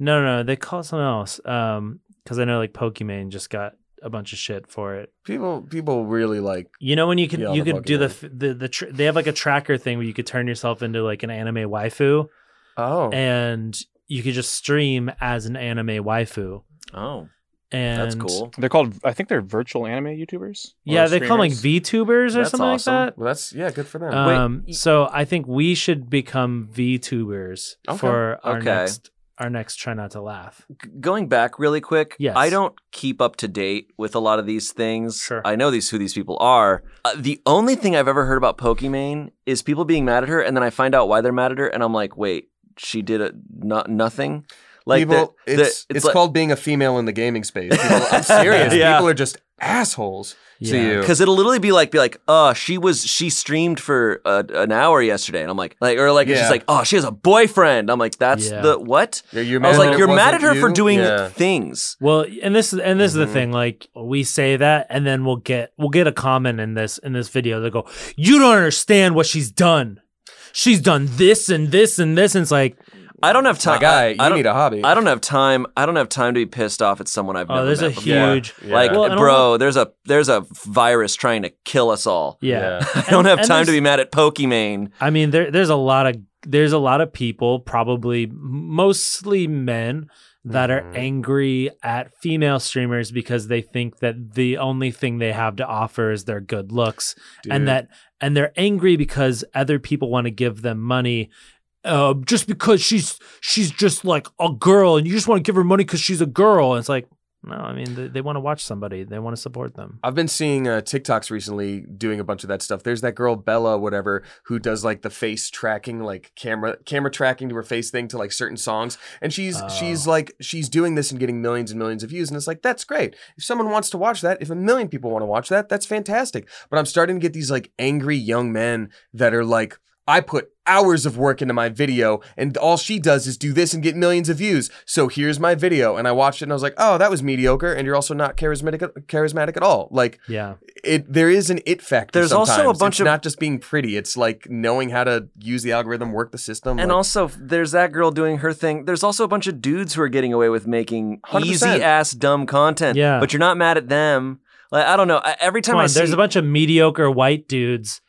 [SPEAKER 3] No, no, no. They call it something else. Um, because I know like Pokimane just got a bunch of shit for it.
[SPEAKER 4] People people really like.
[SPEAKER 3] You know when you could
[SPEAKER 4] Yeah,
[SPEAKER 3] you
[SPEAKER 4] the
[SPEAKER 3] could do the
[SPEAKER 4] Pokemon.
[SPEAKER 3] f- the the tr- they have like a tracker thing where you could turn yourself into like an anime waifu
[SPEAKER 4] Oh,
[SPEAKER 3] and you could just stream as an anime waifu.
[SPEAKER 2] Oh,
[SPEAKER 3] And
[SPEAKER 2] that's cool.
[SPEAKER 1] They're called, I think they're virtual anime YouTubers. or
[SPEAKER 3] Yeah, they call them like
[SPEAKER 1] streamers.
[SPEAKER 3] VTubers or
[SPEAKER 2] That's
[SPEAKER 3] something
[SPEAKER 2] awesome.
[SPEAKER 3] like
[SPEAKER 4] well, that's yeah, good for them.
[SPEAKER 3] that. Um, so I think we should become VTubers
[SPEAKER 4] Okay.
[SPEAKER 3] for our
[SPEAKER 2] Okay.
[SPEAKER 3] next our next try not to laugh.
[SPEAKER 2] G- going back really quick,
[SPEAKER 3] Yes.
[SPEAKER 2] I don't keep up to date with a lot of these things.
[SPEAKER 3] Sure.
[SPEAKER 2] I know these who these people are. Uh, the only thing I've ever heard about Pokimane is people being mad at her, and then I find out why they're mad at her, and I'm like, wait, she did a, not nothing. Like the-
[SPEAKER 4] people,
[SPEAKER 2] the-
[SPEAKER 4] it's it's,
[SPEAKER 2] like-
[SPEAKER 4] called being a female in the gaming space. People, I'm
[SPEAKER 2] (laughs)
[SPEAKER 4] serious.
[SPEAKER 2] Yeah.
[SPEAKER 4] People are just assholes to
[SPEAKER 3] Yeah.
[SPEAKER 4] you.
[SPEAKER 2] Because it'll literally be like, be like, oh, she was, she streamed for uh, an hour yesterday, and I'm like, like, or like, it's
[SPEAKER 4] Yeah.
[SPEAKER 2] just like, oh, she has a boyfriend. I'm like, that's
[SPEAKER 3] Yeah.
[SPEAKER 2] the what?
[SPEAKER 4] Yeah, you're
[SPEAKER 2] I was
[SPEAKER 4] mad that
[SPEAKER 2] like,
[SPEAKER 4] it
[SPEAKER 2] you're mad at
[SPEAKER 4] wasn't
[SPEAKER 2] her for
[SPEAKER 4] you?
[SPEAKER 2] doing
[SPEAKER 4] Yeah.
[SPEAKER 2] things.
[SPEAKER 3] Well, and this is and this is
[SPEAKER 4] Mhm.
[SPEAKER 2] Mm-hmm.
[SPEAKER 3] the thing. Like we say that, and then we'll get we'll get a comment in this in this video. They go, "You don't understand what she's done. She's done this and this and this." And it's like,
[SPEAKER 2] I don't have
[SPEAKER 4] My
[SPEAKER 2] time.
[SPEAKER 4] guy,
[SPEAKER 2] I, I
[SPEAKER 4] you
[SPEAKER 2] don't,
[SPEAKER 4] need a hobby.
[SPEAKER 2] I don't have time. I don't have time to be pissed off at someone I've
[SPEAKER 3] oh,
[SPEAKER 2] never
[SPEAKER 3] there's
[SPEAKER 2] met
[SPEAKER 3] a
[SPEAKER 2] before.
[SPEAKER 4] Yeah.
[SPEAKER 3] huge
[SPEAKER 4] Yeah.
[SPEAKER 2] Like,
[SPEAKER 3] Well, and
[SPEAKER 2] bro, there's a there's a virus trying to kill us all.
[SPEAKER 3] yeah.
[SPEAKER 2] (laughs) I don't
[SPEAKER 3] And-
[SPEAKER 2] have
[SPEAKER 3] and
[SPEAKER 2] time to
[SPEAKER 3] there's-
[SPEAKER 2] be mad at Pokimane.
[SPEAKER 3] I mean, there there's a lot of there's a lot of people, probably mostly men, that
[SPEAKER 4] Mhm.
[SPEAKER 3] are angry at female streamers because they think that the only thing they have to offer is their good looks,
[SPEAKER 4] Dude.
[SPEAKER 3] and that and they're angry because other people want to give them money. Uh, just because she's she's just like a girl, and you just want to give her money because she's a girl. And it's like, No, I mean they, they want to watch somebody. They want to support them.
[SPEAKER 4] I've been seeing uh, TikToks recently doing a bunch of that stuff. There's that girl Bella, whatever, who does like the face tracking, like camera camera tracking to her face thing to like certain songs, and she's
[SPEAKER 3] Oh.
[SPEAKER 4] she's like she's doing this and getting millions and millions of views, and it's like that's great. If someone wants to watch that, if a million people want to watch that, that's fantastic. But I'm starting to get these like angry young men that are like. I put hours of work into my video, and all she does is do this and get millions of views. So here's my video, and I watched it, and I was like, "Oh, that was mediocre." And you're also not charismatic, charismatic at all. Like
[SPEAKER 3] Yeah.
[SPEAKER 4] it, there is an it factor.
[SPEAKER 2] There's also a
[SPEAKER 4] sometimes.
[SPEAKER 2] bunch
[SPEAKER 4] It's
[SPEAKER 2] of-
[SPEAKER 4] not just being pretty. It's like knowing how to use the algorithm, work the system,
[SPEAKER 2] And
[SPEAKER 4] like-
[SPEAKER 2] also, there's that girl doing her thing. There's also a bunch of dudes who are getting away with making
[SPEAKER 4] 100%.
[SPEAKER 2] easy ass dumb content.
[SPEAKER 3] Yeah.
[SPEAKER 2] but you're not mad at them. Like I don't know. I, every time
[SPEAKER 3] Come
[SPEAKER 2] I
[SPEAKER 3] on,
[SPEAKER 2] see,
[SPEAKER 3] there's a bunch of mediocre white dudes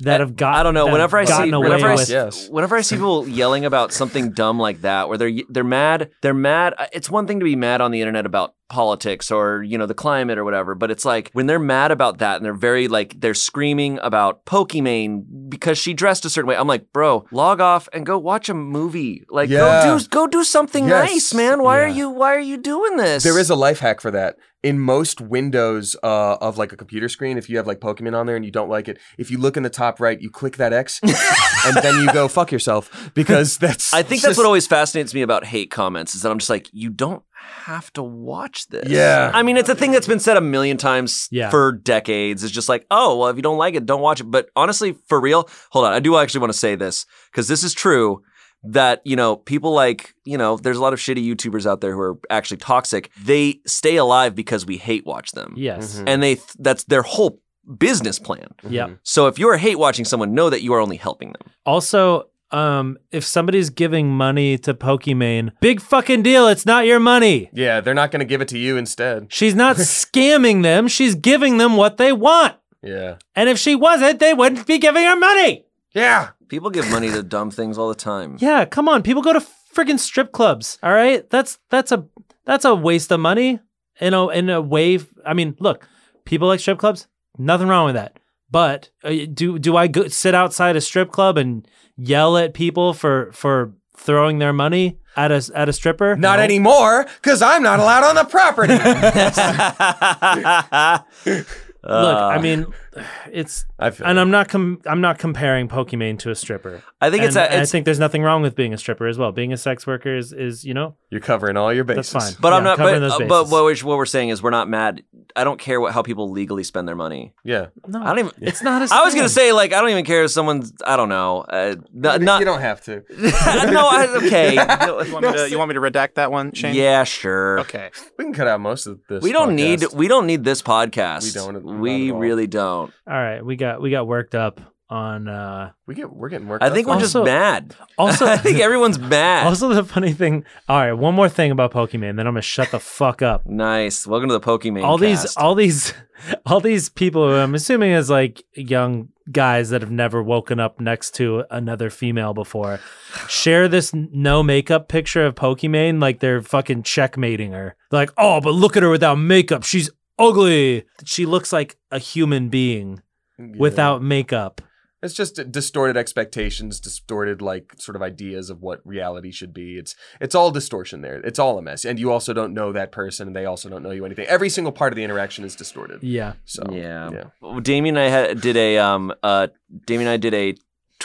[SPEAKER 3] that have got.
[SPEAKER 2] I don't know.
[SPEAKER 3] that
[SPEAKER 2] Whenever I
[SPEAKER 3] have
[SPEAKER 2] see,
[SPEAKER 3] gotten away
[SPEAKER 2] whenever I,
[SPEAKER 3] with,
[SPEAKER 2] see- whenever I see
[SPEAKER 3] (laughs)
[SPEAKER 2] people yelling about something dumb like that, where they're they're mad, they're mad. uh, It's one thing to be mad on the internet about politics or you know the climate or whatever, but it's like when they're mad about that and they're very like they're screaming about Pokimane because she dressed a certain way. I'm like, bro, log off and go watch a movie. Like,
[SPEAKER 4] Yeah.
[SPEAKER 2] go do go do something
[SPEAKER 4] Yes.
[SPEAKER 2] nice, man. Why are
[SPEAKER 3] Yeah.
[SPEAKER 2] you Why are you doing this?
[SPEAKER 4] There is a life hack for that. In most windows uh, of like a computer screen, if you have like Pokemon on there and you don't like it, if you look in the top right, you click
[SPEAKER 2] (laughs)
[SPEAKER 4] that X, and then you go fuck yourself because that's.
[SPEAKER 2] I think that's
[SPEAKER 4] just-
[SPEAKER 2] what always fascinates me about hate comments is that I'm just like, you don't have to watch this.
[SPEAKER 4] Yeah.
[SPEAKER 2] I mean, it's a thing that's been said a million times
[SPEAKER 3] Yeah.
[SPEAKER 2] for decades. It's just like, oh, well, if you don't like it, don't watch it. But honestly, for real, hold on. I do actually want to say this because this is true that, you know, people like, you know, there's a lot of shitty YouTubers out there who are actually toxic. They stay alive because we hate watch them.
[SPEAKER 3] yes,
[SPEAKER 4] Mhm.
[SPEAKER 2] And they, that's their whole business plan.
[SPEAKER 3] yeah.
[SPEAKER 2] So if you're hate watching someone, know that you are only helping them.
[SPEAKER 3] Also, um, if somebody's giving money to Pokimane, big fucking deal. It's not your money.
[SPEAKER 4] Yeah, they're not going to give it to you instead.
[SPEAKER 2] (laughs)
[SPEAKER 3] She's not scamming them. She's giving them what they want.
[SPEAKER 4] Yeah.
[SPEAKER 3] And if she wasn't, they wouldn't be giving her money.
[SPEAKER 4] Yeah.
[SPEAKER 2] People give money to (laughs) dumb things all the time.
[SPEAKER 3] Yeah, come on. People go to friggin' strip clubs. All right, that's that's a that's a waste of money. You know, in a way. I mean, look, people like strip clubs. Nothing wrong with that. But uh, do do I go, sit outside a strip club and yell at people for for throwing their money at a at a stripper?
[SPEAKER 4] Not
[SPEAKER 3] No.
[SPEAKER 4] anymore, because I'm not allowed on the property.
[SPEAKER 3] (laughs) Look,
[SPEAKER 2] Uh,
[SPEAKER 3] I mean, it's
[SPEAKER 4] (laughs) I feel
[SPEAKER 3] and I'm not com- I'm not comparing Pokimane to a stripper.
[SPEAKER 2] I think it's
[SPEAKER 3] And
[SPEAKER 2] a,
[SPEAKER 3] I
[SPEAKER 2] it's
[SPEAKER 3] think there's nothing wrong with being a stripper as well. Being a sex worker is is you know
[SPEAKER 4] You're covering all your
[SPEAKER 3] that's
[SPEAKER 4] bases.
[SPEAKER 3] fine.
[SPEAKER 2] but I'm
[SPEAKER 3] Yeah,
[SPEAKER 2] not
[SPEAKER 3] covering
[SPEAKER 2] but,
[SPEAKER 3] those
[SPEAKER 2] uh, but
[SPEAKER 3] bases.
[SPEAKER 2] what we're, what we're saying is we're not mad. I don't care what how people legally spend their money.
[SPEAKER 4] Yeah.
[SPEAKER 3] no,
[SPEAKER 2] I don't even
[SPEAKER 3] (laughs) it's not a
[SPEAKER 2] I was going
[SPEAKER 3] scam.
[SPEAKER 2] to say like I don't even care if someone's I don't know. Uh, not, not
[SPEAKER 4] you don't have to.
[SPEAKER 2] (laughs) No, I,
[SPEAKER 4] (laughs)
[SPEAKER 2] okay.
[SPEAKER 1] You want, me to, you want me to redact that one, Shane?
[SPEAKER 2] yeah, sure.
[SPEAKER 1] Okay.
[SPEAKER 4] We can cut out most of this.
[SPEAKER 2] We don't
[SPEAKER 4] podcast.
[SPEAKER 2] need we don't need this podcast.
[SPEAKER 4] We don't- not
[SPEAKER 2] We
[SPEAKER 4] at all.
[SPEAKER 2] really don't.
[SPEAKER 3] All right, we got we got worked up on. uh
[SPEAKER 4] We get. We're getting worked.
[SPEAKER 2] I think
[SPEAKER 4] up
[SPEAKER 2] we're
[SPEAKER 4] on
[SPEAKER 2] just
[SPEAKER 3] Also-
[SPEAKER 2] mad.
[SPEAKER 3] Also,
[SPEAKER 2] (laughs) I think everyone's mad.
[SPEAKER 3] (laughs) also the funny thing. All right, one more thing about Pokimane, then I'm gonna shut the fuck up.
[SPEAKER 2] nice. Welcome to the Pokemon.
[SPEAKER 3] all these all these (laughs) all these people who i'm assuming is like young guys that have never woken up next to another female before share this n- no makeup picture of pokimane like they're fucking checkmating her like oh but look at her without makeup she's ugly she looks like a human being
[SPEAKER 4] it. Yeah.
[SPEAKER 3] without makeup
[SPEAKER 4] It's just distorted expectations, distorted like sort of ideas of what reality should be. It's it's all distortion there. It's all a mess, and you also don't know that person, and they also don't know you anything. Every single part of the interaction is distorted.
[SPEAKER 3] yeah
[SPEAKER 4] So
[SPEAKER 2] yeah.
[SPEAKER 4] yeah.
[SPEAKER 2] Well, Damien and I had, did a um uh Damien and I did a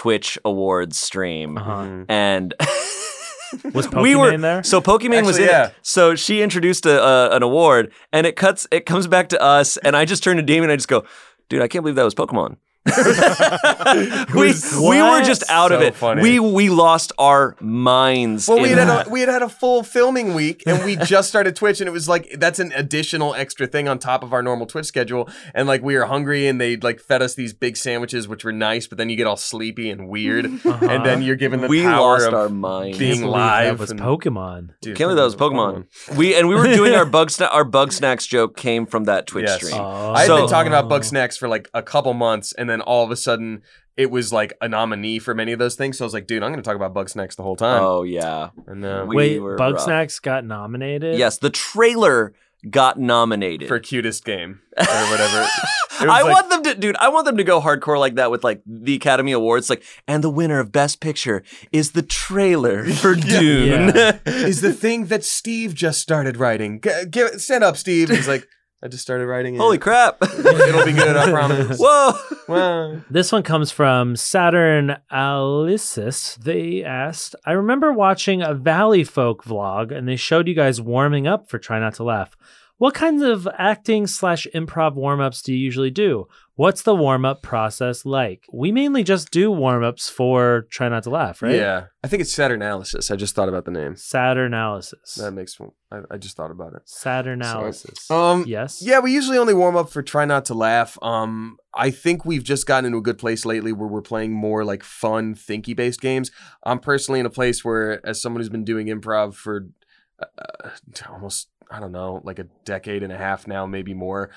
[SPEAKER 2] Twitch awards stream
[SPEAKER 3] uh-huh.
[SPEAKER 4] Mm-hmm.
[SPEAKER 2] and
[SPEAKER 3] was pokimane
[SPEAKER 2] We were-
[SPEAKER 3] there
[SPEAKER 2] so Pokemon was
[SPEAKER 4] Actually,
[SPEAKER 2] in
[SPEAKER 4] yeah.
[SPEAKER 2] it. So she introduced a, a an award and it cuts it comes back to us and I just turn to Damien and I just go, dude, I can't believe that was Pokemon. we we were
[SPEAKER 3] What?
[SPEAKER 2] just out of
[SPEAKER 4] So
[SPEAKER 2] it.
[SPEAKER 4] funny.
[SPEAKER 2] We we lost our minds.
[SPEAKER 4] Well, we
[SPEAKER 2] in
[SPEAKER 4] had,
[SPEAKER 2] that.
[SPEAKER 4] had a, we had had a full filming week, and
[SPEAKER 2] (laughs)
[SPEAKER 4] we just started Twitch, and it was like that's an additional extra thing on top of our normal Twitch schedule. And like we were hungry, and they like fed us these big sandwiches, which were nice, but then you get all sleepy
[SPEAKER 2] (laughs)
[SPEAKER 4] and weird, and then you're given the
[SPEAKER 2] Uh-huh. we
[SPEAKER 4] power
[SPEAKER 2] lost
[SPEAKER 4] of
[SPEAKER 2] our minds.
[SPEAKER 4] being
[SPEAKER 3] Can't believe
[SPEAKER 4] live
[SPEAKER 3] that was
[SPEAKER 4] and-
[SPEAKER 3] pokemon
[SPEAKER 4] Dude,
[SPEAKER 2] Can't believe that was Pokemon. we and we were doing
[SPEAKER 4] (laughs)
[SPEAKER 2] our bug sna- our bug snacks joke came from that Twitch
[SPEAKER 4] Yes.
[SPEAKER 2] stream.
[SPEAKER 3] oh.
[SPEAKER 4] I had
[SPEAKER 2] So-
[SPEAKER 4] been talking about bug snacks for like a couple months, and then all of a sudden it was like a nominee for many of those things. So I was like, dude, I'm going to talk about bug snacks the whole time.
[SPEAKER 2] oh yeah.
[SPEAKER 4] and uh,
[SPEAKER 2] we
[SPEAKER 3] wait
[SPEAKER 2] were
[SPEAKER 3] bug
[SPEAKER 2] rough.
[SPEAKER 3] snacks got nominated
[SPEAKER 2] Yes, the trailer got nominated
[SPEAKER 4] for cutest
[SPEAKER 2] (laughs)
[SPEAKER 4] game or whatever. It was
[SPEAKER 2] I
[SPEAKER 4] like-
[SPEAKER 2] want them to, dude. I want them to go hardcore like that with like the Academy Awards, like, and the winner of Best Picture is the
[SPEAKER 4] (laughs)
[SPEAKER 2] trailer for Dune.
[SPEAKER 4] is the thing that Steve just started writing. G- give, stand up, Steve. He's like, I just started writing. it.
[SPEAKER 2] (laughs) Holy crap!
[SPEAKER 4] (laughs) It'll be good, I promise.
[SPEAKER 2] (laughs) Whoa!
[SPEAKER 4] Well,
[SPEAKER 3] This one comes from Saturn Alicis. They asked, I remember watching a Valley Folk vlog and they showed you guys warming up for Try Not to Laugh. What kinds of acting slash improv warm ups do you usually do? What's the warm up process like? We mainly just do warm ups for Try Not to Laugh, right?
[SPEAKER 4] yeah. I think it's Saturnalysis. I just thought about the name.
[SPEAKER 3] Saturn Alicis.
[SPEAKER 4] That makes. I, I just thought about it.
[SPEAKER 3] Saturn Alicis.
[SPEAKER 4] Um,
[SPEAKER 3] yes.
[SPEAKER 4] Yeah, we usually only warm up for try not to laugh. Um, I think we've just gotten into a good place lately where we're playing more like fun, thinky based games. I'm personally in a place where, as someone who's been doing improv for uh, almost, I don't know, like a decade and a half now, maybe more.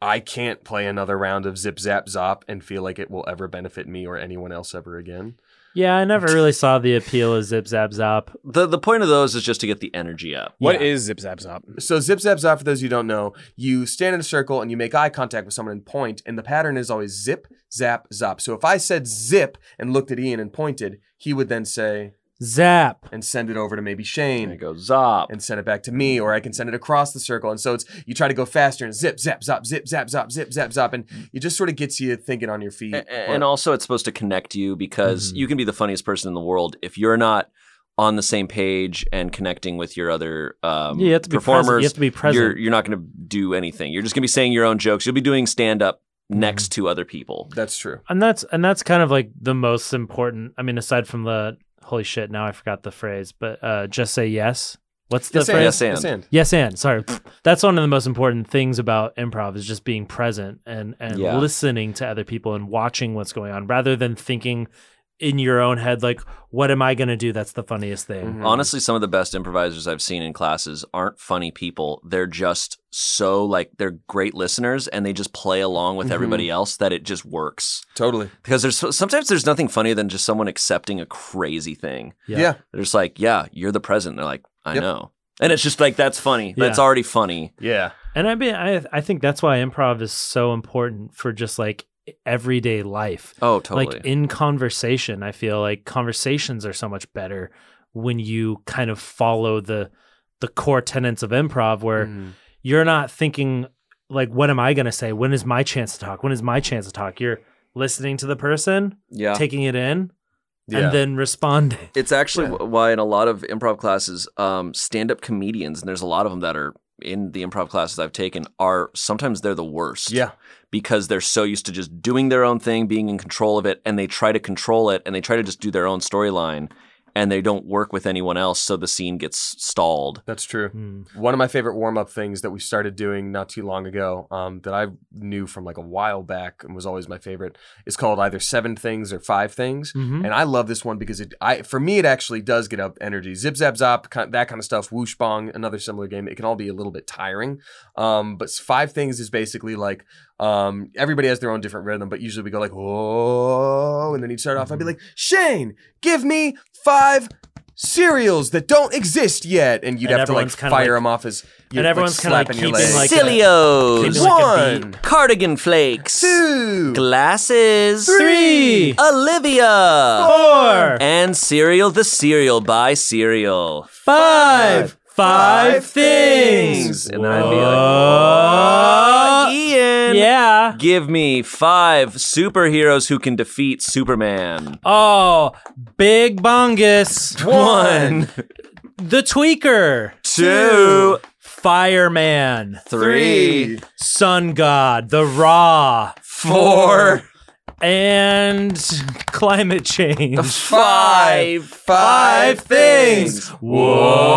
[SPEAKER 4] I can't play another round of Zip Zap Zop and feel like it will ever benefit me or anyone else ever again.
[SPEAKER 3] Yeah, I never really saw the appeal of Zip Zap Zop.
[SPEAKER 2] the The point of those is just to get the energy up.
[SPEAKER 1] What is
[SPEAKER 3] Yeah.
[SPEAKER 1] Zip Zap Zop?
[SPEAKER 4] So zip zap zap for those who don't know, you stand in a circle and you make eye contact with someone and point, and the pattern is always zip zap zop. So if I said zip and looked at Ian and pointed, he would then say
[SPEAKER 3] Zap.
[SPEAKER 4] and send it over to maybe
[SPEAKER 2] And it
[SPEAKER 4] Shane
[SPEAKER 2] goes zop.
[SPEAKER 4] and send it back to me, or I can send it across the circle. And so it's you try to go faster and zip zap zop zip zap zop zip zap zop, and it just sort of gets you thinking on your feet.
[SPEAKER 2] A- a-
[SPEAKER 4] But-
[SPEAKER 2] and also it's supposed to connect you because
[SPEAKER 3] Mhm.
[SPEAKER 2] you can be the funniest person in the world if you're not on the same page and connecting with your other um,
[SPEAKER 3] Yeah, you have to be present. You
[SPEAKER 2] performers.
[SPEAKER 3] have to be present.
[SPEAKER 2] You're you're not going to do anything. You're just going to be saying your own jokes. You'll be doing stand up
[SPEAKER 3] Mm-hmm.
[SPEAKER 2] next to other people.
[SPEAKER 4] that's true.
[SPEAKER 3] and that's and that's kind of like the most important i mean aside from the holy shit now i forgot the phrase but uh just say yes what's the
[SPEAKER 4] Yes, and.
[SPEAKER 3] phrase
[SPEAKER 2] Yes, and.
[SPEAKER 4] Yes, and.
[SPEAKER 3] yes and sorry that's one of the most important things about improv is just being present and and
[SPEAKER 2] Yeah.
[SPEAKER 3] listening to other people and watching what's going on rather than thinking in your own head like what am i going to do that's the funniest thing
[SPEAKER 4] Mhm.
[SPEAKER 2] Honestly, some of the best improvisers I've seen in classes aren't funny people. They're just so like they're great listeners and they just play along with
[SPEAKER 3] Mm-hmm.
[SPEAKER 4] Mhm.
[SPEAKER 2] everybody else that it just works.
[SPEAKER 4] Totally.
[SPEAKER 2] Because there's sometimes there's nothing funnier than just someone accepting a crazy thing.
[SPEAKER 3] Yeah.
[SPEAKER 4] Yeah.
[SPEAKER 2] They're just like, "Yeah, you're the president." They're like, "I
[SPEAKER 4] Yep.
[SPEAKER 2] know," and it's just like that's funny.
[SPEAKER 3] Yeah.
[SPEAKER 2] That's already funny.
[SPEAKER 4] Yeah.
[SPEAKER 3] And I mean, I I think that's why improv is so important for just like everyday life.
[SPEAKER 2] Oh, totally.
[SPEAKER 3] Like in conversation, I feel like conversations are so much better when you kind of follow the the core tenets of improv where
[SPEAKER 4] Mhm.
[SPEAKER 3] you're not thinking like what am I going to say? When is my chance to talk? When is my chance to talk? You're listening to the person,
[SPEAKER 2] yeah.
[SPEAKER 3] taking it in,
[SPEAKER 4] Yeah.
[SPEAKER 3] and then responding. (laughs)
[SPEAKER 2] It's actually
[SPEAKER 4] Yeah.
[SPEAKER 2] wh- why in a lot of improv classes, um, stand-up comedians, and there's a lot of them that are in the improv classes I've taken, are sometimes they're the worst.
[SPEAKER 4] yeah.
[SPEAKER 2] Because they're so used to just doing their own thing, being in control of it, and they try to control it, and they try to just do their own storyline, and they don't work with anyone else, so the scene gets stalled.
[SPEAKER 4] That's true.
[SPEAKER 3] Mm.
[SPEAKER 4] One of my favorite warm up things that we started doing not too long ago, um, that I knew from like a while back and was always my favorite, is called either seven things or five things.
[SPEAKER 3] Mhm.
[SPEAKER 4] And I love this one because it, I, for me, it actually does get up energy. Zip zap zop, kind that kind of stuff. Whoosh bong, another similar game. It can all be a little bit tiring. Um, but five things is basically like um, everybody has their own different rhythm, but usually we go like oh, and then you'd start off.
[SPEAKER 3] Mm-hmm.
[SPEAKER 4] I'd be like Shane, give me five cereals that don't exist yet, and you'd
[SPEAKER 3] And
[SPEAKER 4] have to like
[SPEAKER 3] everyone's kinda
[SPEAKER 4] fire
[SPEAKER 3] like-
[SPEAKER 4] them off as you'd,
[SPEAKER 3] and everyone's kinda like
[SPEAKER 4] slapping your
[SPEAKER 3] keeping, like,
[SPEAKER 4] leg.
[SPEAKER 3] a-
[SPEAKER 2] Cilios,
[SPEAKER 3] Keeping like a
[SPEAKER 4] one,
[SPEAKER 2] cardigan flakes,
[SPEAKER 4] two,
[SPEAKER 2] (laughs) glasses,
[SPEAKER 3] Three,
[SPEAKER 2] Olivia,
[SPEAKER 3] four,
[SPEAKER 2] and cereal. The cereal by cereal.
[SPEAKER 3] five,
[SPEAKER 4] Five
[SPEAKER 3] five
[SPEAKER 4] things.
[SPEAKER 3] things.
[SPEAKER 2] And I'd be like, "Oh,
[SPEAKER 3] Whoa.
[SPEAKER 2] Ian,
[SPEAKER 3] Uh, yeah.
[SPEAKER 2] give me five superheroes who can defeat Superman.
[SPEAKER 3] Oh, Big Bungus.
[SPEAKER 2] One,
[SPEAKER 3] The Tweaker.
[SPEAKER 2] two,
[SPEAKER 3] Fireman.
[SPEAKER 2] three,
[SPEAKER 3] Sun God. The Raw.
[SPEAKER 2] four,
[SPEAKER 3] And climate change.
[SPEAKER 2] five,
[SPEAKER 4] five things.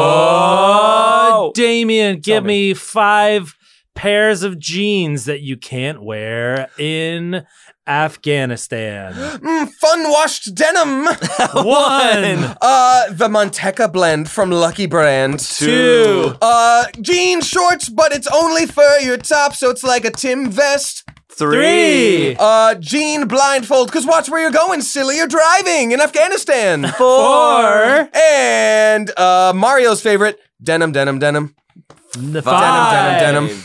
[SPEAKER 3] Whoa. Uh, Damien, give
[SPEAKER 4] me.
[SPEAKER 3] me. five pairs of jeans that you can't wear in Afghanistan.
[SPEAKER 2] (laughs)
[SPEAKER 4] Mm, fun washed denim.
[SPEAKER 3] One.
[SPEAKER 4] Uh, the Manteca blend from Lucky Brand.
[SPEAKER 2] Two.
[SPEAKER 4] Uh, jean shorts, but it's only for your top, so it's like a Tim vest.
[SPEAKER 2] three,
[SPEAKER 3] Three.
[SPEAKER 4] Uh, jean blindfold, cause watch where you're going, silly. You're driving in Afghanistan.
[SPEAKER 2] (laughs) four,
[SPEAKER 3] Four.
[SPEAKER 4] and uh, Mario's favorite, denim, denim, denim.
[SPEAKER 3] The
[SPEAKER 4] Denim,
[SPEAKER 3] five.
[SPEAKER 4] denim, denim.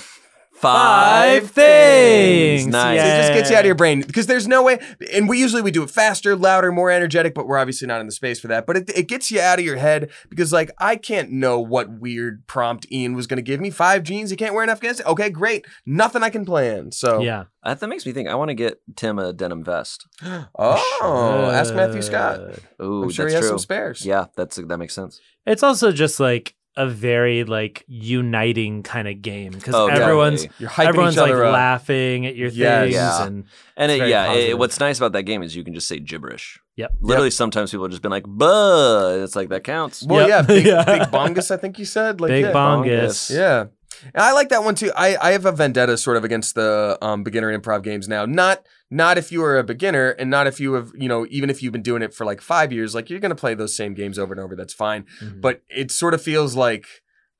[SPEAKER 2] Five
[SPEAKER 3] Five things.
[SPEAKER 2] things. Nice.
[SPEAKER 4] So
[SPEAKER 3] Yeah.
[SPEAKER 4] it just gets you out of your brain because there's no way. And we usually we do it faster, louder, more energetic, but we're obviously not in the space for that. But it, it gets you out of your head because like I can't know what weird prompt Ian was going to give me. Five jeans you can't wear in Afghanistan. Okay, great. Nothing I can plan. So
[SPEAKER 3] Yeah.
[SPEAKER 2] Uh, That makes me think. I want to get Tim a denim vest.
[SPEAKER 4] (gasps) oh, ask Matthew Scott.
[SPEAKER 3] Uh,
[SPEAKER 2] Ooh,
[SPEAKER 4] I'm sure
[SPEAKER 2] that's
[SPEAKER 4] he has
[SPEAKER 2] true.
[SPEAKER 4] some spares.
[SPEAKER 2] Yeah, that's that makes sense.
[SPEAKER 3] It's also just like a very like uniting kind of game because
[SPEAKER 2] Oh,
[SPEAKER 3] everyone's
[SPEAKER 2] definitely.
[SPEAKER 4] You're hyping
[SPEAKER 3] everyone's
[SPEAKER 4] each other
[SPEAKER 3] like
[SPEAKER 4] up.
[SPEAKER 3] laughing at your
[SPEAKER 4] Yes.
[SPEAKER 3] things
[SPEAKER 2] Yeah.
[SPEAKER 3] and
[SPEAKER 2] And
[SPEAKER 3] It's
[SPEAKER 2] it,
[SPEAKER 3] very
[SPEAKER 2] yeah, it,
[SPEAKER 3] positive.
[SPEAKER 2] what's nice about that game is you can just say gibberish.
[SPEAKER 3] Yep.
[SPEAKER 2] Literally, sometimes people have just been like, "Buh," and it's like that counts.
[SPEAKER 4] Well,
[SPEAKER 3] Yep.
[SPEAKER 4] yeah,
[SPEAKER 3] (laughs)
[SPEAKER 4] big,
[SPEAKER 3] Yeah.
[SPEAKER 4] big bongus. I think you said like
[SPEAKER 3] big
[SPEAKER 4] yeah.
[SPEAKER 3] bongus.
[SPEAKER 4] Yeah. And I like that one too. I, I have a vendetta sort of against the um, beginner improv games now. Not not if you are a beginner and not if you have, you know, even if you've been doing it for like five years, like you're gonna play those same games over and over, that's fine.
[SPEAKER 3] Mhm.
[SPEAKER 4] But it sort of feels like,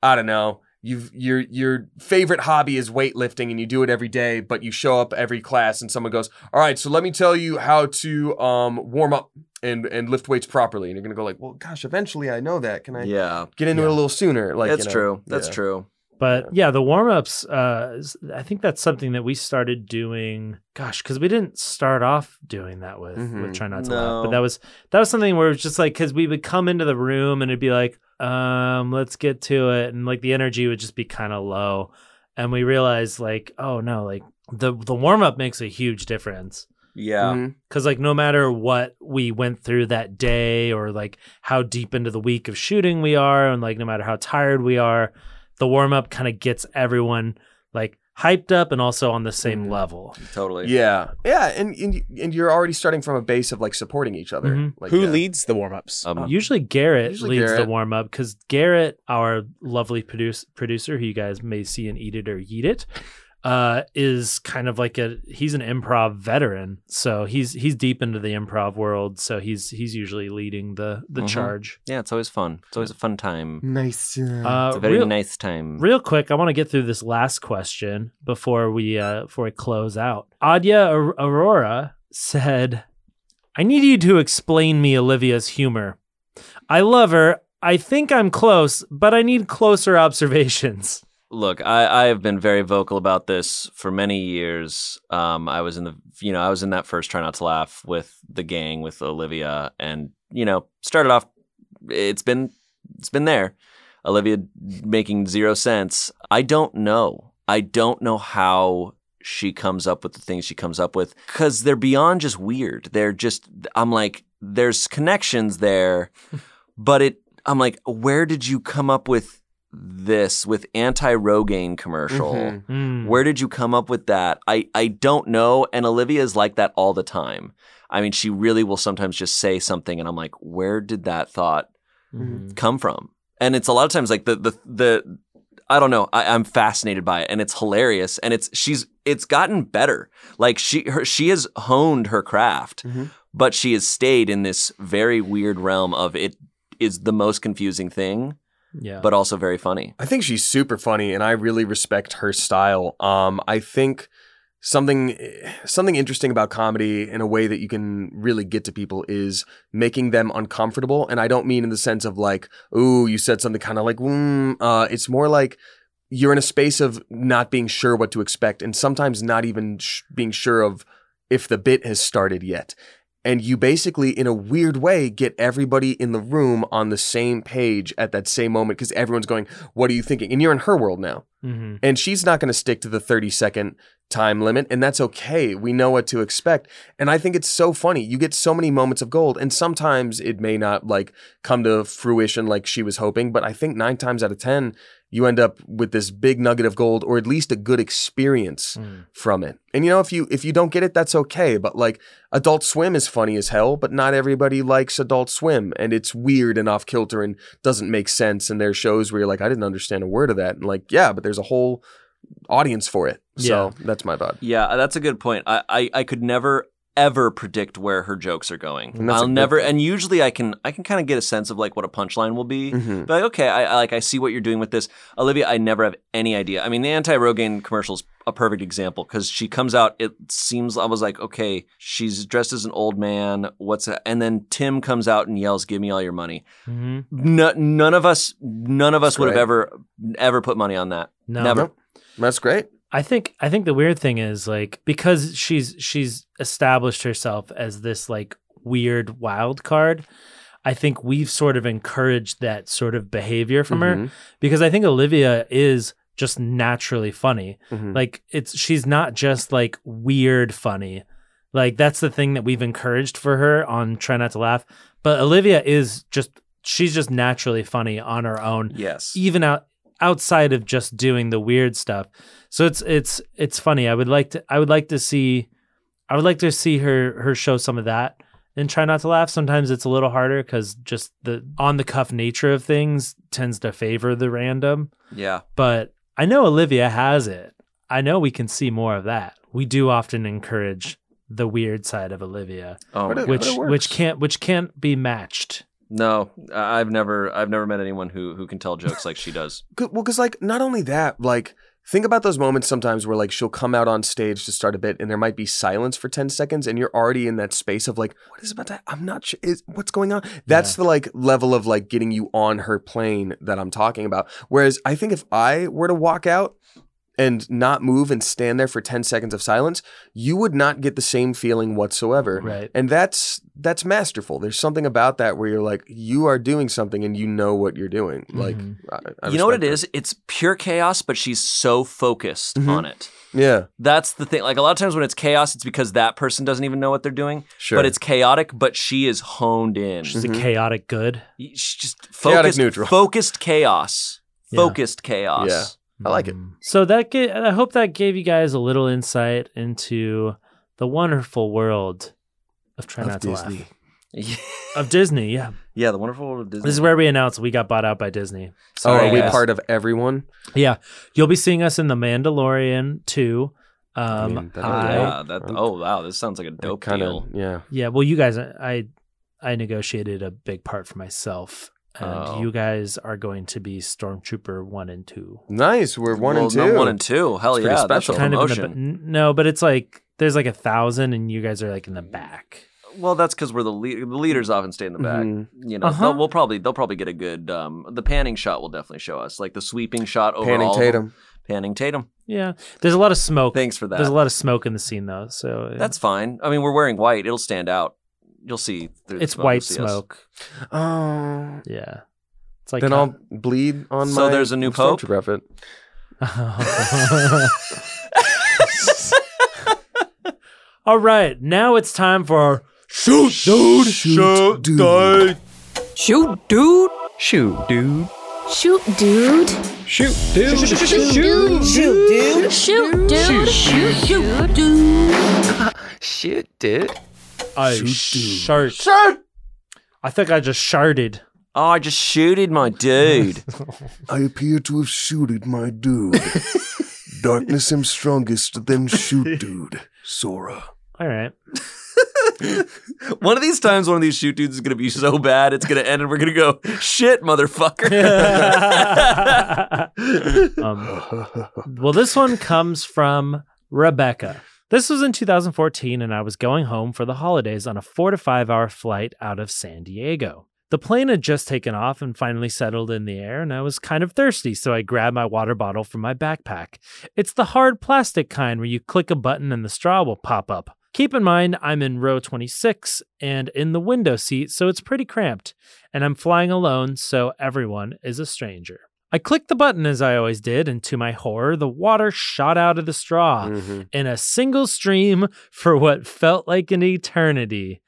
[SPEAKER 4] I don't know, you've your your favorite hobby is weightlifting and you do it every day, but you show up every class and someone goes, All right, so let me tell you how to um, warm up and and lift weights properly. And you're gonna go like, Well, gosh, eventually I know that. Can I
[SPEAKER 2] Yeah,
[SPEAKER 4] get into it a little sooner? Like
[SPEAKER 2] that's
[SPEAKER 4] you know,
[SPEAKER 2] true. That's
[SPEAKER 4] yeah.
[SPEAKER 2] true.
[SPEAKER 3] But yeah, the warm ups, uh, is- I think that's something that we started doing, gosh, because we didn't start off doing that with,
[SPEAKER 4] Mhm.
[SPEAKER 3] with Try Not to
[SPEAKER 2] No.
[SPEAKER 3] Laugh. But that was, that was something where it was just like, because we would come into the room and it'd be like, um, let's get to it. And like the energy would just be kind of low. And we realized like, oh no, like the, the warm up makes a huge difference.
[SPEAKER 2] Yeah,
[SPEAKER 4] Mhm.
[SPEAKER 3] Cause like no matter what we went through that day or like how deep into the week of shooting we are and like no matter how tired we are, the warm up kind of gets everyone like hyped up and also on the same
[SPEAKER 2] Mm-hmm.
[SPEAKER 4] Mhm.
[SPEAKER 3] level.
[SPEAKER 2] totally.
[SPEAKER 4] Yeah, yeah, and, and and you're already starting from a base of like supporting each other.
[SPEAKER 3] Mhm.
[SPEAKER 4] Like,
[SPEAKER 1] Who
[SPEAKER 4] yeah.
[SPEAKER 1] leads the warm ups?
[SPEAKER 2] Um,
[SPEAKER 3] Usually Garrett
[SPEAKER 4] Usually
[SPEAKER 3] leads
[SPEAKER 4] Garrett.
[SPEAKER 3] the warm up because Garrett, our lovely produce, producer, who you guys may see in Eat It or Yeet It, uh, is kind of like a he's an improv veteran, so he's he's deep into the improv world, so he's he's usually leading the the
[SPEAKER 2] Mhm.
[SPEAKER 3] charge.
[SPEAKER 2] yeah, it's always fun. It's always a fun time.
[SPEAKER 4] Nice.
[SPEAKER 3] Uh,
[SPEAKER 2] Mm-hmm. It's a very
[SPEAKER 3] real-
[SPEAKER 2] nice time.
[SPEAKER 3] Real quick, I want to get through this last question before we uh, before we close out. Adya Ar- Aurora said, "I need you to explain me Olivia's humor. I love her. I think I'm close, but I need closer observations." (laughs)
[SPEAKER 2] Look, I, I have been very vocal about this for many years. Um, I was in the you know I was in that first try not to laugh with the gang with Olivia, and you know started off. It's been it's been there. Olivia making zero sense. I don't know. I don't know how she comes up with the things she comes up with because they're beyond just weird. They're just I'm like there's connections there, but it I'm like where did you come up with this with anti Rogaine commercial?
[SPEAKER 4] Mhm.
[SPEAKER 3] Hmm.
[SPEAKER 2] Where did you come up with that? I, I don't know. And Olivia is like that all the time. I mean, she really will sometimes just say something, and I'm like, where did that thought
[SPEAKER 3] Mhm.
[SPEAKER 2] come from? And it's a lot of times like the the the I don't know. I, I'm fascinated by it, and it's hilarious, and it's she's it's gotten better. Like she her, she has honed her craft,
[SPEAKER 4] Mhm.
[SPEAKER 2] but she has stayed in this very weird realm of it is the most confusing thing,
[SPEAKER 3] Yeah,
[SPEAKER 2] but also very funny.
[SPEAKER 4] I think she's super funny, and I really respect her style. Um, I think something something interesting about comedy in a way that you can really get to people is making them uncomfortable, and I don't mean in the sense of like, ooh, you said something kind of like, mm, uh, it's more like. You're in a space of not being sure what to expect, and sometimes not even sh- being sure of if the bit has started yet. And you basically, in a weird way, get everybody in the room on the same page at that same moment because everyone's going, What are you thinking? And you're in her world now.
[SPEAKER 3] Mhm.
[SPEAKER 4] And she's not going to stick to the 30 second time limit. And that's okay. We know what to expect. And I think it's so funny. You get so many moments of gold. And sometimes it may not like come to fruition like she was hoping. But I think nine times out of 10, you end up with this big nugget of gold or at least a good experience
[SPEAKER 3] Mm.
[SPEAKER 4] from it. And you know, if you if you don't get it, that's okay. But like Adult Swim is funny as hell, but not everybody likes Adult Swim, and it's weird and off kilter and doesn't make sense. And there are shows where you're like, I didn't understand a word of that, and like, yeah, but there's a whole audience for it. So that's my thought.
[SPEAKER 2] Yeah, that's a good point. I, I, I could never ever predict where her jokes are going.
[SPEAKER 4] And that's a
[SPEAKER 2] I'll
[SPEAKER 4] good
[SPEAKER 2] never,
[SPEAKER 4] thing.
[SPEAKER 2] and usually I can I can kind of get a sense of like what a punchline will be.
[SPEAKER 4] Mm-hmm.
[SPEAKER 2] Be like, okay, I, I like I see what you're doing with this. Olivia, I never have any idea. I mean, the anti Rogaine commercial is a perfect example because she comes out. It seems I was like, okay, she's dressed as an old man. What's a, and then Tim comes out and yells, "Give me all your money."
[SPEAKER 3] hmm
[SPEAKER 2] No, none of us, none of us
[SPEAKER 4] That's
[SPEAKER 2] would have
[SPEAKER 4] great.
[SPEAKER 2] ever ever put money on that.
[SPEAKER 3] No.
[SPEAKER 2] Never.
[SPEAKER 4] Nope. That's great.
[SPEAKER 3] I think I think the weird thing is like because she's she's established herself as this like weird wild card. I think we've sort of encouraged that sort of behavior from her
[SPEAKER 4] Mhm.
[SPEAKER 3] because I think Olivia is just naturally funny.
[SPEAKER 4] Mhm.
[SPEAKER 3] Like it's she's not just like weird funny. Like that's the thing that we've encouraged for her on Try Not to Laugh. But Olivia is just she's just naturally funny on her own
[SPEAKER 2] Yes.
[SPEAKER 3] even out outside of just doing the weird stuff. So it's it's it's funny. I would like to I would like to see I would like to see her her show some of that and try not to laugh. Sometimes it's a little harder cuz just the on the cuff nature of things tends to favor the random,
[SPEAKER 2] Yeah.
[SPEAKER 3] but I know Olivia has it. I know we can see more of that. We do often encourage the weird side of Olivia,
[SPEAKER 2] Oh,
[SPEAKER 4] But
[SPEAKER 2] my
[SPEAKER 4] it-
[SPEAKER 2] God.
[SPEAKER 3] which
[SPEAKER 4] works.
[SPEAKER 3] which can't which can't be matched.
[SPEAKER 2] No, I- I've never, I've never met anyone who who can tell jokes like she does.
[SPEAKER 4] Good- Well, because like not only that, like think about those moments sometimes where like she'll come out on stage to start a bit, and there might be silence for ten seconds, and you're already in that space of like, what is about that? I'm not sure. Is what's going on? That's the like level of like getting you on her plane that I'm talking about. Whereas I think if I were to walk out. And not move and stand there for 10 seconds of silence, you would not get the same feeling whatsoever.
[SPEAKER 3] Right.
[SPEAKER 4] And that's that's masterful. There's something about that where you're like, you are doing something and you know what you're doing. Like,
[SPEAKER 3] Mhm.
[SPEAKER 4] I, I
[SPEAKER 2] you know what it
[SPEAKER 4] respect
[SPEAKER 2] is?
[SPEAKER 4] her.
[SPEAKER 2] It's pure chaos, but she's so focused
[SPEAKER 4] Mhm.
[SPEAKER 2] on it.
[SPEAKER 4] Yeah,
[SPEAKER 2] That's the thing. Like a lot of times when it's chaos, it's because that person doesn't even know what they're doing.
[SPEAKER 4] sure.
[SPEAKER 2] But it's chaotic, but she is honed in.
[SPEAKER 3] She's
[SPEAKER 4] Mhm.
[SPEAKER 3] a chaotic good.
[SPEAKER 2] She's just
[SPEAKER 4] Chaotic
[SPEAKER 2] focused,
[SPEAKER 4] neutral.
[SPEAKER 2] focused chaos,
[SPEAKER 3] Yeah.
[SPEAKER 2] focused chaos.
[SPEAKER 4] Yeah. I like it.
[SPEAKER 3] Mm. So that ga- I hope that gave you guys a little insight into the wonderful world of try not to laugh
[SPEAKER 2] (laughs) Yeah.
[SPEAKER 3] of Disney. Yeah,
[SPEAKER 2] yeah, the wonderful world of Disney.
[SPEAKER 3] this is where we announced we got bought out by Disney.
[SPEAKER 4] Oh, are we
[SPEAKER 2] Yes.
[SPEAKER 4] part of everyone?
[SPEAKER 3] Yeah, you'll be seeing us in the Mandalorian two. Um, I,
[SPEAKER 4] mean, that'd be
[SPEAKER 2] yeah, that, oh wow, this sounds like a dope
[SPEAKER 4] kind
[SPEAKER 2] deal.
[SPEAKER 4] of. Yeah.
[SPEAKER 3] yeah. Well, you guys, I I negotiated a big part for myself, and
[SPEAKER 2] Oh.
[SPEAKER 3] you guys are going to be Stormtrooper one and two.
[SPEAKER 4] Nice. We're one
[SPEAKER 2] Well,
[SPEAKER 4] and two.
[SPEAKER 2] no, one and two. Hell
[SPEAKER 4] It's
[SPEAKER 2] yeah, that's a
[SPEAKER 4] pretty special.
[SPEAKER 3] Kind
[SPEAKER 2] promotion.
[SPEAKER 3] of in the, ba- n- no, but it's like there's like a thousand, and you guys are like in the back.
[SPEAKER 2] Well, that's because we're the lea- the leaders often stay in the back.
[SPEAKER 5] Mm-hmm.
[SPEAKER 4] Mhm.
[SPEAKER 2] You know,
[SPEAKER 3] Uh-huh.
[SPEAKER 2] they'll- we'll probably they'll probably get a good um, the panning shot will definitely show us like the sweeping shot over
[SPEAKER 4] Panning
[SPEAKER 2] all of them.
[SPEAKER 4] Tatum.
[SPEAKER 2] Panning Tatum.
[SPEAKER 3] Yeah, there's a lot of smoke.
[SPEAKER 2] Thanks for that.
[SPEAKER 3] There's a lot of smoke in the scene though, so uh,
[SPEAKER 2] That's fine. I mean, we're wearing white. It'll stand out. You'll see. through the
[SPEAKER 3] it's
[SPEAKER 2] smoke.
[SPEAKER 3] white
[SPEAKER 2] You'll see us.
[SPEAKER 3] smoke.
[SPEAKER 4] Oh.
[SPEAKER 3] Yeah, it's like
[SPEAKER 4] then I'll bleed on
[SPEAKER 2] So
[SPEAKER 4] my.
[SPEAKER 2] there's a new pope?
[SPEAKER 4] Stormtrooper outfit.
[SPEAKER 3] (laughs) All right, now it's time for our
[SPEAKER 4] Shoot, dude. Shoot, dude.
[SPEAKER 6] Shoot, dude.
[SPEAKER 7] Shoot, dude.
[SPEAKER 8] Shoot, dude.
[SPEAKER 7] Shoot, dude. Shoot,
[SPEAKER 8] Shoot, dude. Shoot, dude. Shoot, shoot, dude.
[SPEAKER 7] Shoot, dude.
[SPEAKER 3] I shart. I think I just sharted.
[SPEAKER 2] Oh, I just shooted my
[SPEAKER 3] (laughs)
[SPEAKER 2] dude.
[SPEAKER 5] I appear to have shooted my
[SPEAKER 4] (laughs)
[SPEAKER 5] dude. Darkness am strongest, then
[SPEAKER 4] (laughs)
[SPEAKER 5] shoot dude. Sora.
[SPEAKER 2] (laughs)
[SPEAKER 3] All right. (laughs)
[SPEAKER 2] one of these times, one of these shoot dudes is gonna be so bad, it's gonna end, and we're gonna go, shit,
[SPEAKER 3] (laughs)
[SPEAKER 2] motherfucker.
[SPEAKER 3] um,
[SPEAKER 2] Mm-hmm.
[SPEAKER 3] well, this one comes from Rebecca. This was in 2014, and I was going home for the holidays on a four to five hour flight out of San Diego. The plane had just taken off and finally settled in the air, and I was kind of thirsty, so I grabbed my water bottle from my backpack. It's the hard plastic kind where you click a button and the straw will pop up. Keep in mind, I'm in row 26 and in the window seat, so it's pretty cramped. And I'm flying alone, so everyone is a stranger. I clicked the button as I always did, and to my horror, the water shot out of the straw
[SPEAKER 4] Mhm.
[SPEAKER 3] in a single stream for what felt like an eternity.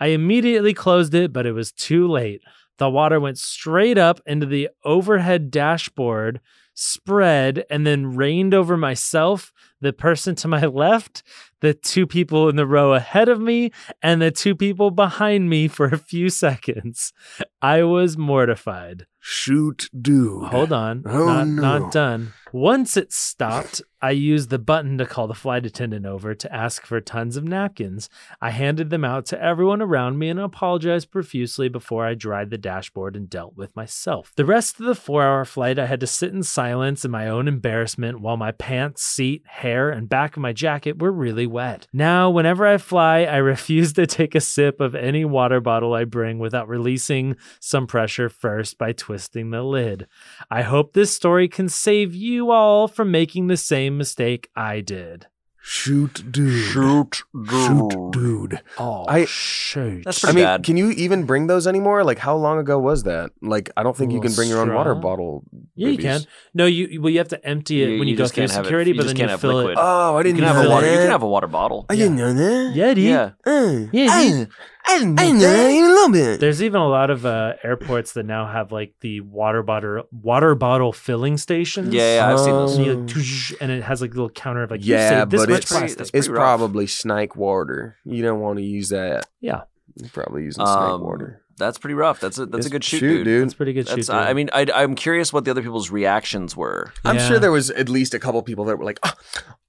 [SPEAKER 3] I immediately closed it, but it was too late. The water went straight up into the overhead dashboard, spread and then rained over myself, the person to my (laughs) left, the two people in the row ahead of me, and the two people behind me for a few seconds. I was mortified.
[SPEAKER 5] Shoot, dude.
[SPEAKER 3] Hold on.
[SPEAKER 5] Oh,
[SPEAKER 3] not,
[SPEAKER 5] no.
[SPEAKER 3] not done. Once it stopped, I used the button to call the flight attendant over to ask for tons of napkins. I handed them out to everyone around me and apologized profusely before I dried the dashboard and dealt with myself. The rest of the four hour flight, I had to sit in silence in my own embarrassment while my pants, seat, hair, and back of my jacket were really wet. Now, whenever I fly, I (laughs) refuse to take a sip of any water bottle I bring without releasing some pressure first by twisting the lid. I hope this story can save you all from making the same mistake I did.
[SPEAKER 5] Shoot, dude.
[SPEAKER 2] Shoot,
[SPEAKER 5] Shoot, dude.
[SPEAKER 3] Oh,
[SPEAKER 4] I-
[SPEAKER 3] shoot.
[SPEAKER 2] That's
[SPEAKER 4] I
[SPEAKER 2] pretty
[SPEAKER 4] mean,
[SPEAKER 2] bad.
[SPEAKER 4] can you even bring those anymore? Like, how long ago was that? Like, I don't think you
[SPEAKER 3] Little
[SPEAKER 4] can bring your own water
[SPEAKER 3] straw?
[SPEAKER 4] bottle.
[SPEAKER 3] yeah, you
[SPEAKER 4] babies.
[SPEAKER 3] can. No, you you- well, you have to empty it
[SPEAKER 2] You-
[SPEAKER 3] when you,
[SPEAKER 2] you
[SPEAKER 3] go
[SPEAKER 2] just
[SPEAKER 3] through
[SPEAKER 2] can't have it-
[SPEAKER 3] security,
[SPEAKER 2] you
[SPEAKER 3] but
[SPEAKER 2] just
[SPEAKER 3] then you
[SPEAKER 2] can't have
[SPEAKER 3] fill
[SPEAKER 2] liquid.
[SPEAKER 3] it.
[SPEAKER 4] Oh, I
[SPEAKER 2] You
[SPEAKER 4] didn't
[SPEAKER 2] can have a
[SPEAKER 4] know
[SPEAKER 2] water. You
[SPEAKER 4] that.
[SPEAKER 2] can have a water bottle.
[SPEAKER 5] I didn't know that.
[SPEAKER 3] (gasps) Yeah, dude.
[SPEAKER 2] Yeah.
[SPEAKER 5] Uh,
[SPEAKER 3] Yeah,
[SPEAKER 5] I,
[SPEAKER 3] dude.
[SPEAKER 5] I didn't know that even a little bit.
[SPEAKER 3] There's even a lot of uh, airports that now have like the water bottle water bottle filling stations.
[SPEAKER 2] Yeah, Mm. yeah, I've seen those.
[SPEAKER 3] And, you, like, and it has like a little counter of like you
[SPEAKER 4] Yeah,
[SPEAKER 3] saved this
[SPEAKER 4] but
[SPEAKER 3] much
[SPEAKER 4] it's-
[SPEAKER 3] plastic.
[SPEAKER 2] that's
[SPEAKER 4] It's
[SPEAKER 2] pretty rough.
[SPEAKER 4] probably snake water. You don't want to use that.
[SPEAKER 3] Yeah.
[SPEAKER 4] You're probably using snake
[SPEAKER 2] Um,
[SPEAKER 4] water.
[SPEAKER 2] That's pretty rough. That's a that's a
[SPEAKER 4] It's-
[SPEAKER 2] good shoot,
[SPEAKER 4] shoot,
[SPEAKER 2] dude.
[SPEAKER 3] That's pretty good.
[SPEAKER 2] That's,
[SPEAKER 3] shoot,
[SPEAKER 2] I
[SPEAKER 3] dude.
[SPEAKER 2] mean, I, I'm curious what the other people's reactions were.
[SPEAKER 4] I'm
[SPEAKER 3] Yeah.
[SPEAKER 4] sure there was at least a couple people that were like, "Ah,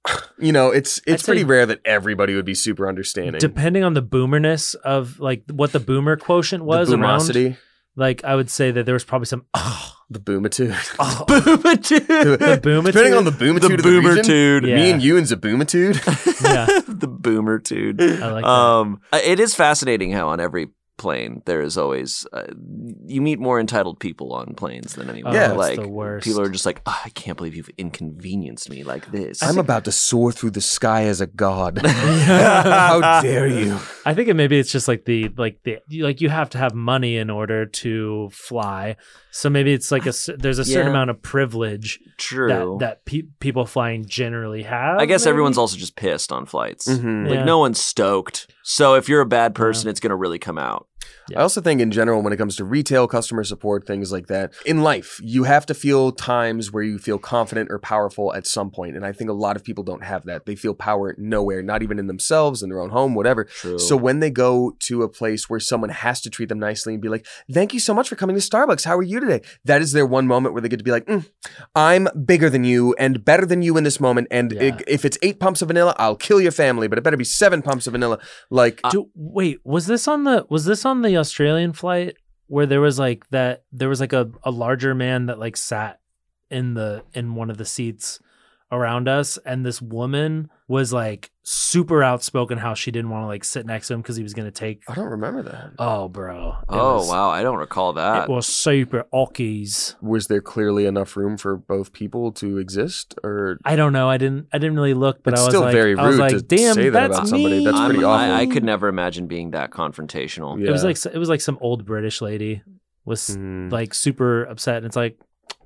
[SPEAKER 4] ah." you know, it's it's
[SPEAKER 3] I'd
[SPEAKER 4] pretty
[SPEAKER 3] say-
[SPEAKER 4] rare that everybody would be super understanding.
[SPEAKER 3] depending on the boomerness of like what the boomer quotient was
[SPEAKER 4] the
[SPEAKER 3] around.
[SPEAKER 4] boomosity,
[SPEAKER 3] Like I would say that there was probably
[SPEAKER 2] (laughs)
[SPEAKER 3] some oh,
[SPEAKER 4] the boomitude, (laughs)
[SPEAKER 3] oh,
[SPEAKER 4] the
[SPEAKER 3] boomitude?
[SPEAKER 4] Depending on the boomitude, of the region,
[SPEAKER 3] Yeah.
[SPEAKER 4] Me and you and (laughs) boomitude.
[SPEAKER 3] yeah,
[SPEAKER 2] (laughs) the boomer dude.
[SPEAKER 3] I like that.
[SPEAKER 2] Um, uh, it is fascinating how on every plane there is always uh, you meet more entitled people on planes than anyone.
[SPEAKER 3] Oh, Yeah. it's
[SPEAKER 2] like
[SPEAKER 3] the worst.
[SPEAKER 2] people are just like, "Ah, I can't believe you've inconvenienced me like this.
[SPEAKER 4] I'm about to soar through the sky as a god. (laughs) How dare you?
[SPEAKER 3] (laughs) I think it maybe it's just like the like the you- like you have to have money in order to fly. So maybe it's like a cer- there's a certain
[SPEAKER 2] Ah, Yeah.
[SPEAKER 3] amount of privilege
[SPEAKER 2] True.
[SPEAKER 3] that that pe- people flying generally have.
[SPEAKER 2] I guess
[SPEAKER 3] maybe?
[SPEAKER 2] everyone's also just pissed on flights.
[SPEAKER 4] Mhm.
[SPEAKER 2] Like
[SPEAKER 3] Mm-hmm. Yeah.
[SPEAKER 2] no one's stoked. So if you're a bad person, it's gonna really come out.
[SPEAKER 3] Yeah.
[SPEAKER 4] I also think, in general, when it comes to retail, customer support, things like that, in life, you have to feel times where you feel confident or powerful at some point. And I think a lot of people don't have that. They feel power nowhere, not even in themselves, in their own home, whatever.
[SPEAKER 2] True.
[SPEAKER 4] So when they go to a place where someone has to treat them nicely and be like, "Thank you so much for coming to Starbucks. How are you today?" That is their one moment where they get to be like, "Mm, "I'm bigger than you and better than you in this moment." And
[SPEAKER 3] Yeah.
[SPEAKER 4] i- if it's eight pumps of vanilla, I'll kill your family, but it better be seven pumps of vanilla. Like,
[SPEAKER 3] Do, wait, was this on the was this on the Australian flight where there was like that there was like a, a larger man that like sat in the in one of the seats around us and this woman was like super outspoken how she didn't want to like sit next to him because he was gonna take
[SPEAKER 4] I don't remember that.
[SPEAKER 3] oh bro. It
[SPEAKER 2] oh
[SPEAKER 3] was-
[SPEAKER 2] wow, I don't recall that.
[SPEAKER 3] It was super ockies.
[SPEAKER 4] Was there clearly enough room for both people to exist, or
[SPEAKER 3] I don't know. I didn't. I didn't really look, but
[SPEAKER 4] It's
[SPEAKER 3] I was
[SPEAKER 4] still
[SPEAKER 3] like,
[SPEAKER 4] very
[SPEAKER 3] I was
[SPEAKER 4] rude
[SPEAKER 3] like,
[SPEAKER 4] to
[SPEAKER 3] damn,
[SPEAKER 4] say that
[SPEAKER 3] that's
[SPEAKER 4] about somebody.
[SPEAKER 3] me.
[SPEAKER 4] That's pretty
[SPEAKER 2] I'm-
[SPEAKER 4] awful.
[SPEAKER 2] I, I could never imagine being that confrontational.
[SPEAKER 3] It was
[SPEAKER 4] Yeah.
[SPEAKER 3] like it was like some old British lady was
[SPEAKER 2] Hmm.
[SPEAKER 4] Mm.
[SPEAKER 3] like super upset, and it's like,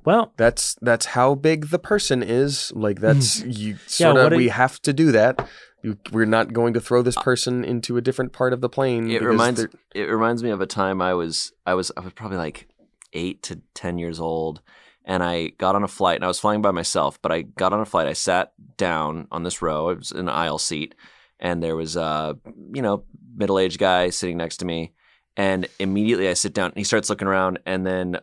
[SPEAKER 3] well,
[SPEAKER 4] that's that's how big the person is. Like
[SPEAKER 2] Hmm.
[SPEAKER 4] that's you sort
[SPEAKER 3] what
[SPEAKER 4] of
[SPEAKER 3] a-
[SPEAKER 4] we have to do that. You, we're not going to throw this person into a different part of the plane.
[SPEAKER 2] Uh, It
[SPEAKER 4] because
[SPEAKER 2] reminds
[SPEAKER 4] they're-
[SPEAKER 2] it reminds me of a time I was I was I was probably like eight to ten years old, and I got on a flight and I was flying by myself. But I got on a flight. I sat down on this row. It was an aisle seat, and there was a you know middle aged guy sitting next to me. And immediately I sit down and he starts looking around, and then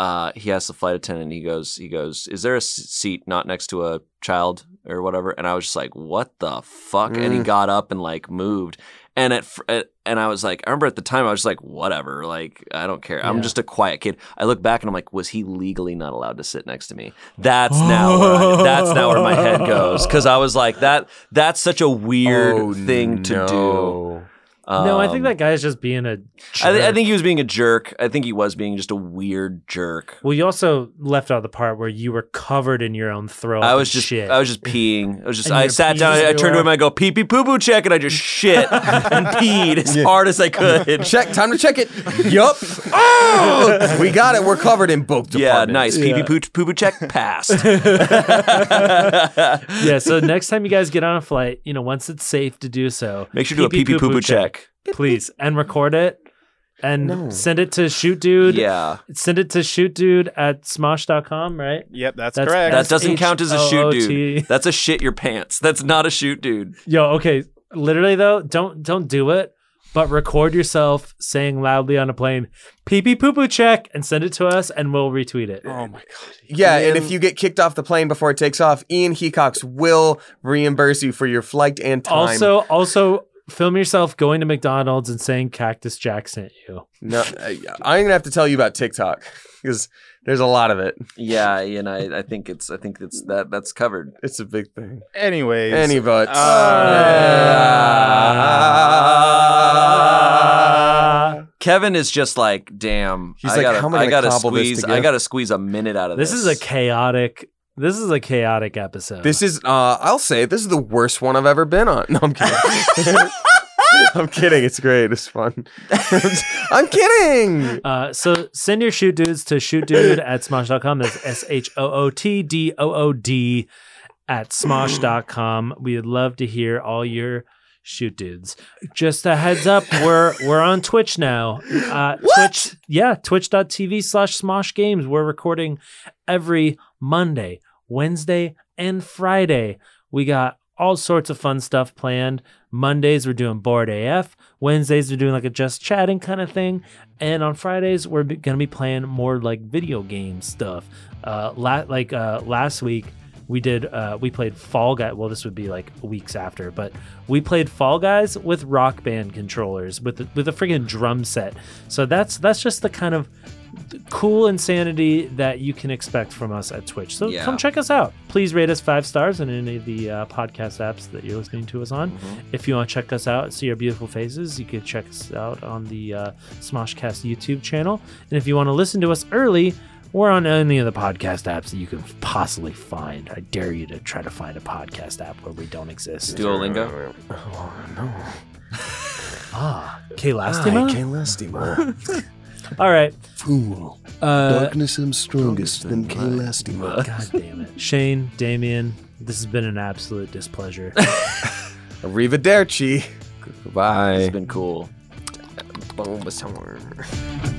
[SPEAKER 2] uh, he asks the flight attendant. He goes he goes Is there a s- seat not next to a child or whatever? And I was just like, What the fuck? And he
[SPEAKER 4] Mm.
[SPEAKER 2] got up and like moved. And at, fr- at and I was like, I remember at the time I was just like, whatever, like I don't care. I'm
[SPEAKER 3] Yeah.
[SPEAKER 2] just a quiet kid. I look back and I'm like, was he legally not allowed to sit next to me? That's now where
[SPEAKER 3] (laughs)
[SPEAKER 2] I, that's now where my head goes because I was like that. That's such a weird
[SPEAKER 4] Oh,
[SPEAKER 2] thing to do.
[SPEAKER 4] no.
[SPEAKER 3] no, I think
[SPEAKER 2] Um,
[SPEAKER 3] that guy's just being a.
[SPEAKER 2] I, thi- I
[SPEAKER 3] jerk.
[SPEAKER 2] think he was being a jerk. I think he was being just a weird jerk.
[SPEAKER 3] Well, you also left out the part where you were covered in your own throw.
[SPEAKER 2] I
[SPEAKER 3] up
[SPEAKER 2] was
[SPEAKER 3] and
[SPEAKER 2] just
[SPEAKER 3] shit.
[SPEAKER 2] I was just peeing. I was just
[SPEAKER 3] And
[SPEAKER 2] I
[SPEAKER 3] your
[SPEAKER 2] sat
[SPEAKER 3] pees
[SPEAKER 2] down. I, I turned
[SPEAKER 3] everywhere.
[SPEAKER 2] to him. I go pee pee poo poo check, and I just shit
[SPEAKER 3] (laughs)
[SPEAKER 2] and peed as hard as I could.
[SPEAKER 4] Check. Time to check it. yup. Oh, we got it. We're covered in both
[SPEAKER 2] Yeah,
[SPEAKER 4] departments.
[SPEAKER 2] nice. Pee pee poo poo poo check
[SPEAKER 4] (laughs)
[SPEAKER 2] passed.
[SPEAKER 3] yeah. So next time you guys get on a flight, you know, once it's safe to do so,
[SPEAKER 2] Make sure to do a pee pee poo poo check.
[SPEAKER 3] please, and record it and send it to shoot dude.
[SPEAKER 2] yeah.
[SPEAKER 3] Send it to shoot dude at smosh.com, right?
[SPEAKER 1] Yep, that's,
[SPEAKER 3] That's-
[SPEAKER 1] correct.
[SPEAKER 2] That doesn't count as a shoot,
[SPEAKER 3] S-H-O-O-T.
[SPEAKER 2] dude. That's a shit your pants. That's not a shoot, dude.
[SPEAKER 3] Yo, okay. Literally though, don't don't do it. But record yourself saying loudly on a plane, pee pee poo poo check, and send it to us, and we'll retweet it.
[SPEAKER 1] oh my god.
[SPEAKER 4] Yeah,
[SPEAKER 2] Ian-
[SPEAKER 4] and if you get kicked off the plane before it takes off, Ian Hecox will reimburse you for your flight and time.
[SPEAKER 3] Also, also film yourself going to McDonald's and saying Cactus Jack sent you.
[SPEAKER 4] no, I, I'm gonna have to tell you about TikTok because there's a lot of it.
[SPEAKER 2] Yeah, you know, I, I think it's I think it's that that's covered.
[SPEAKER 4] It's a big thing.
[SPEAKER 1] Anyways.
[SPEAKER 4] Any but uh, (laughs)
[SPEAKER 3] Uh,
[SPEAKER 2] Kevin is just like, damn.
[SPEAKER 4] He's
[SPEAKER 2] I
[SPEAKER 4] like,
[SPEAKER 2] gotta,
[SPEAKER 4] how am I
[SPEAKER 2] I
[SPEAKER 4] gonna
[SPEAKER 2] gotta
[SPEAKER 4] cobble this
[SPEAKER 2] squeeze. I
[SPEAKER 4] together?
[SPEAKER 2] gotta squeeze a minute out of this.
[SPEAKER 3] This is a chaotic. This is a chaotic episode.
[SPEAKER 4] this is uh, I'll say it, this is the worst one I've ever been on. (laughs) No, I'm kidding. I'm kidding. It's great. It's fun. (laughs) I'm kidding.
[SPEAKER 3] Uh, so send your shoot dudes to shootdude at smosh.com. That's S H O O T D O O D at smosh.com. We would love to hear all your shoot dudes. Just a heads up, we're we're on Twitch now. Uh, Twitch, yeah, twitch.tv slash smosh games. We're recording every Monday, Wednesday, and Friday. We got all sorts of fun stuff planned. Mondays, we're doing Bored AF. Wednesdays, we're doing like a just chatting kind of thing. And on Fridays, we're be- gonna be playing more like video game stuff. Uh, la- like uh, last week, we did uh, we played Fall Guy. Well, this would be like weeks after, but we played Fall Guys with Rock Band controllers with a- with a freaking drum set. So that's that's just the kind of cool insanity that you can expect from us at Twitch. So
[SPEAKER 2] Yeah.
[SPEAKER 3] come check us out. Please rate us five stars in any of the uh, podcast apps that you're listening to us on. If you want to check us out, see our beautiful faces, you can check us out on the uh, Smoshcast YouTube channel. And if you want to listen to us early, we're on any of the podcast apps that you can possibly find. I dare you to try to find a podcast app where we don't exist.
[SPEAKER 2] Duolingo.
[SPEAKER 3] Ah, Kalastima?
[SPEAKER 4] Lastima.
[SPEAKER 3] All right.
[SPEAKER 5] Fool.
[SPEAKER 3] Uh,
[SPEAKER 5] Darkness am strongest than K. Lastima.
[SPEAKER 3] God damn it. Shane, Damien, this has been an absolute displeasure.
[SPEAKER 4] Arrivederci.
[SPEAKER 2] It's
[SPEAKER 4] Goodbye.
[SPEAKER 2] been cool.
[SPEAKER 7] Bulbasaur.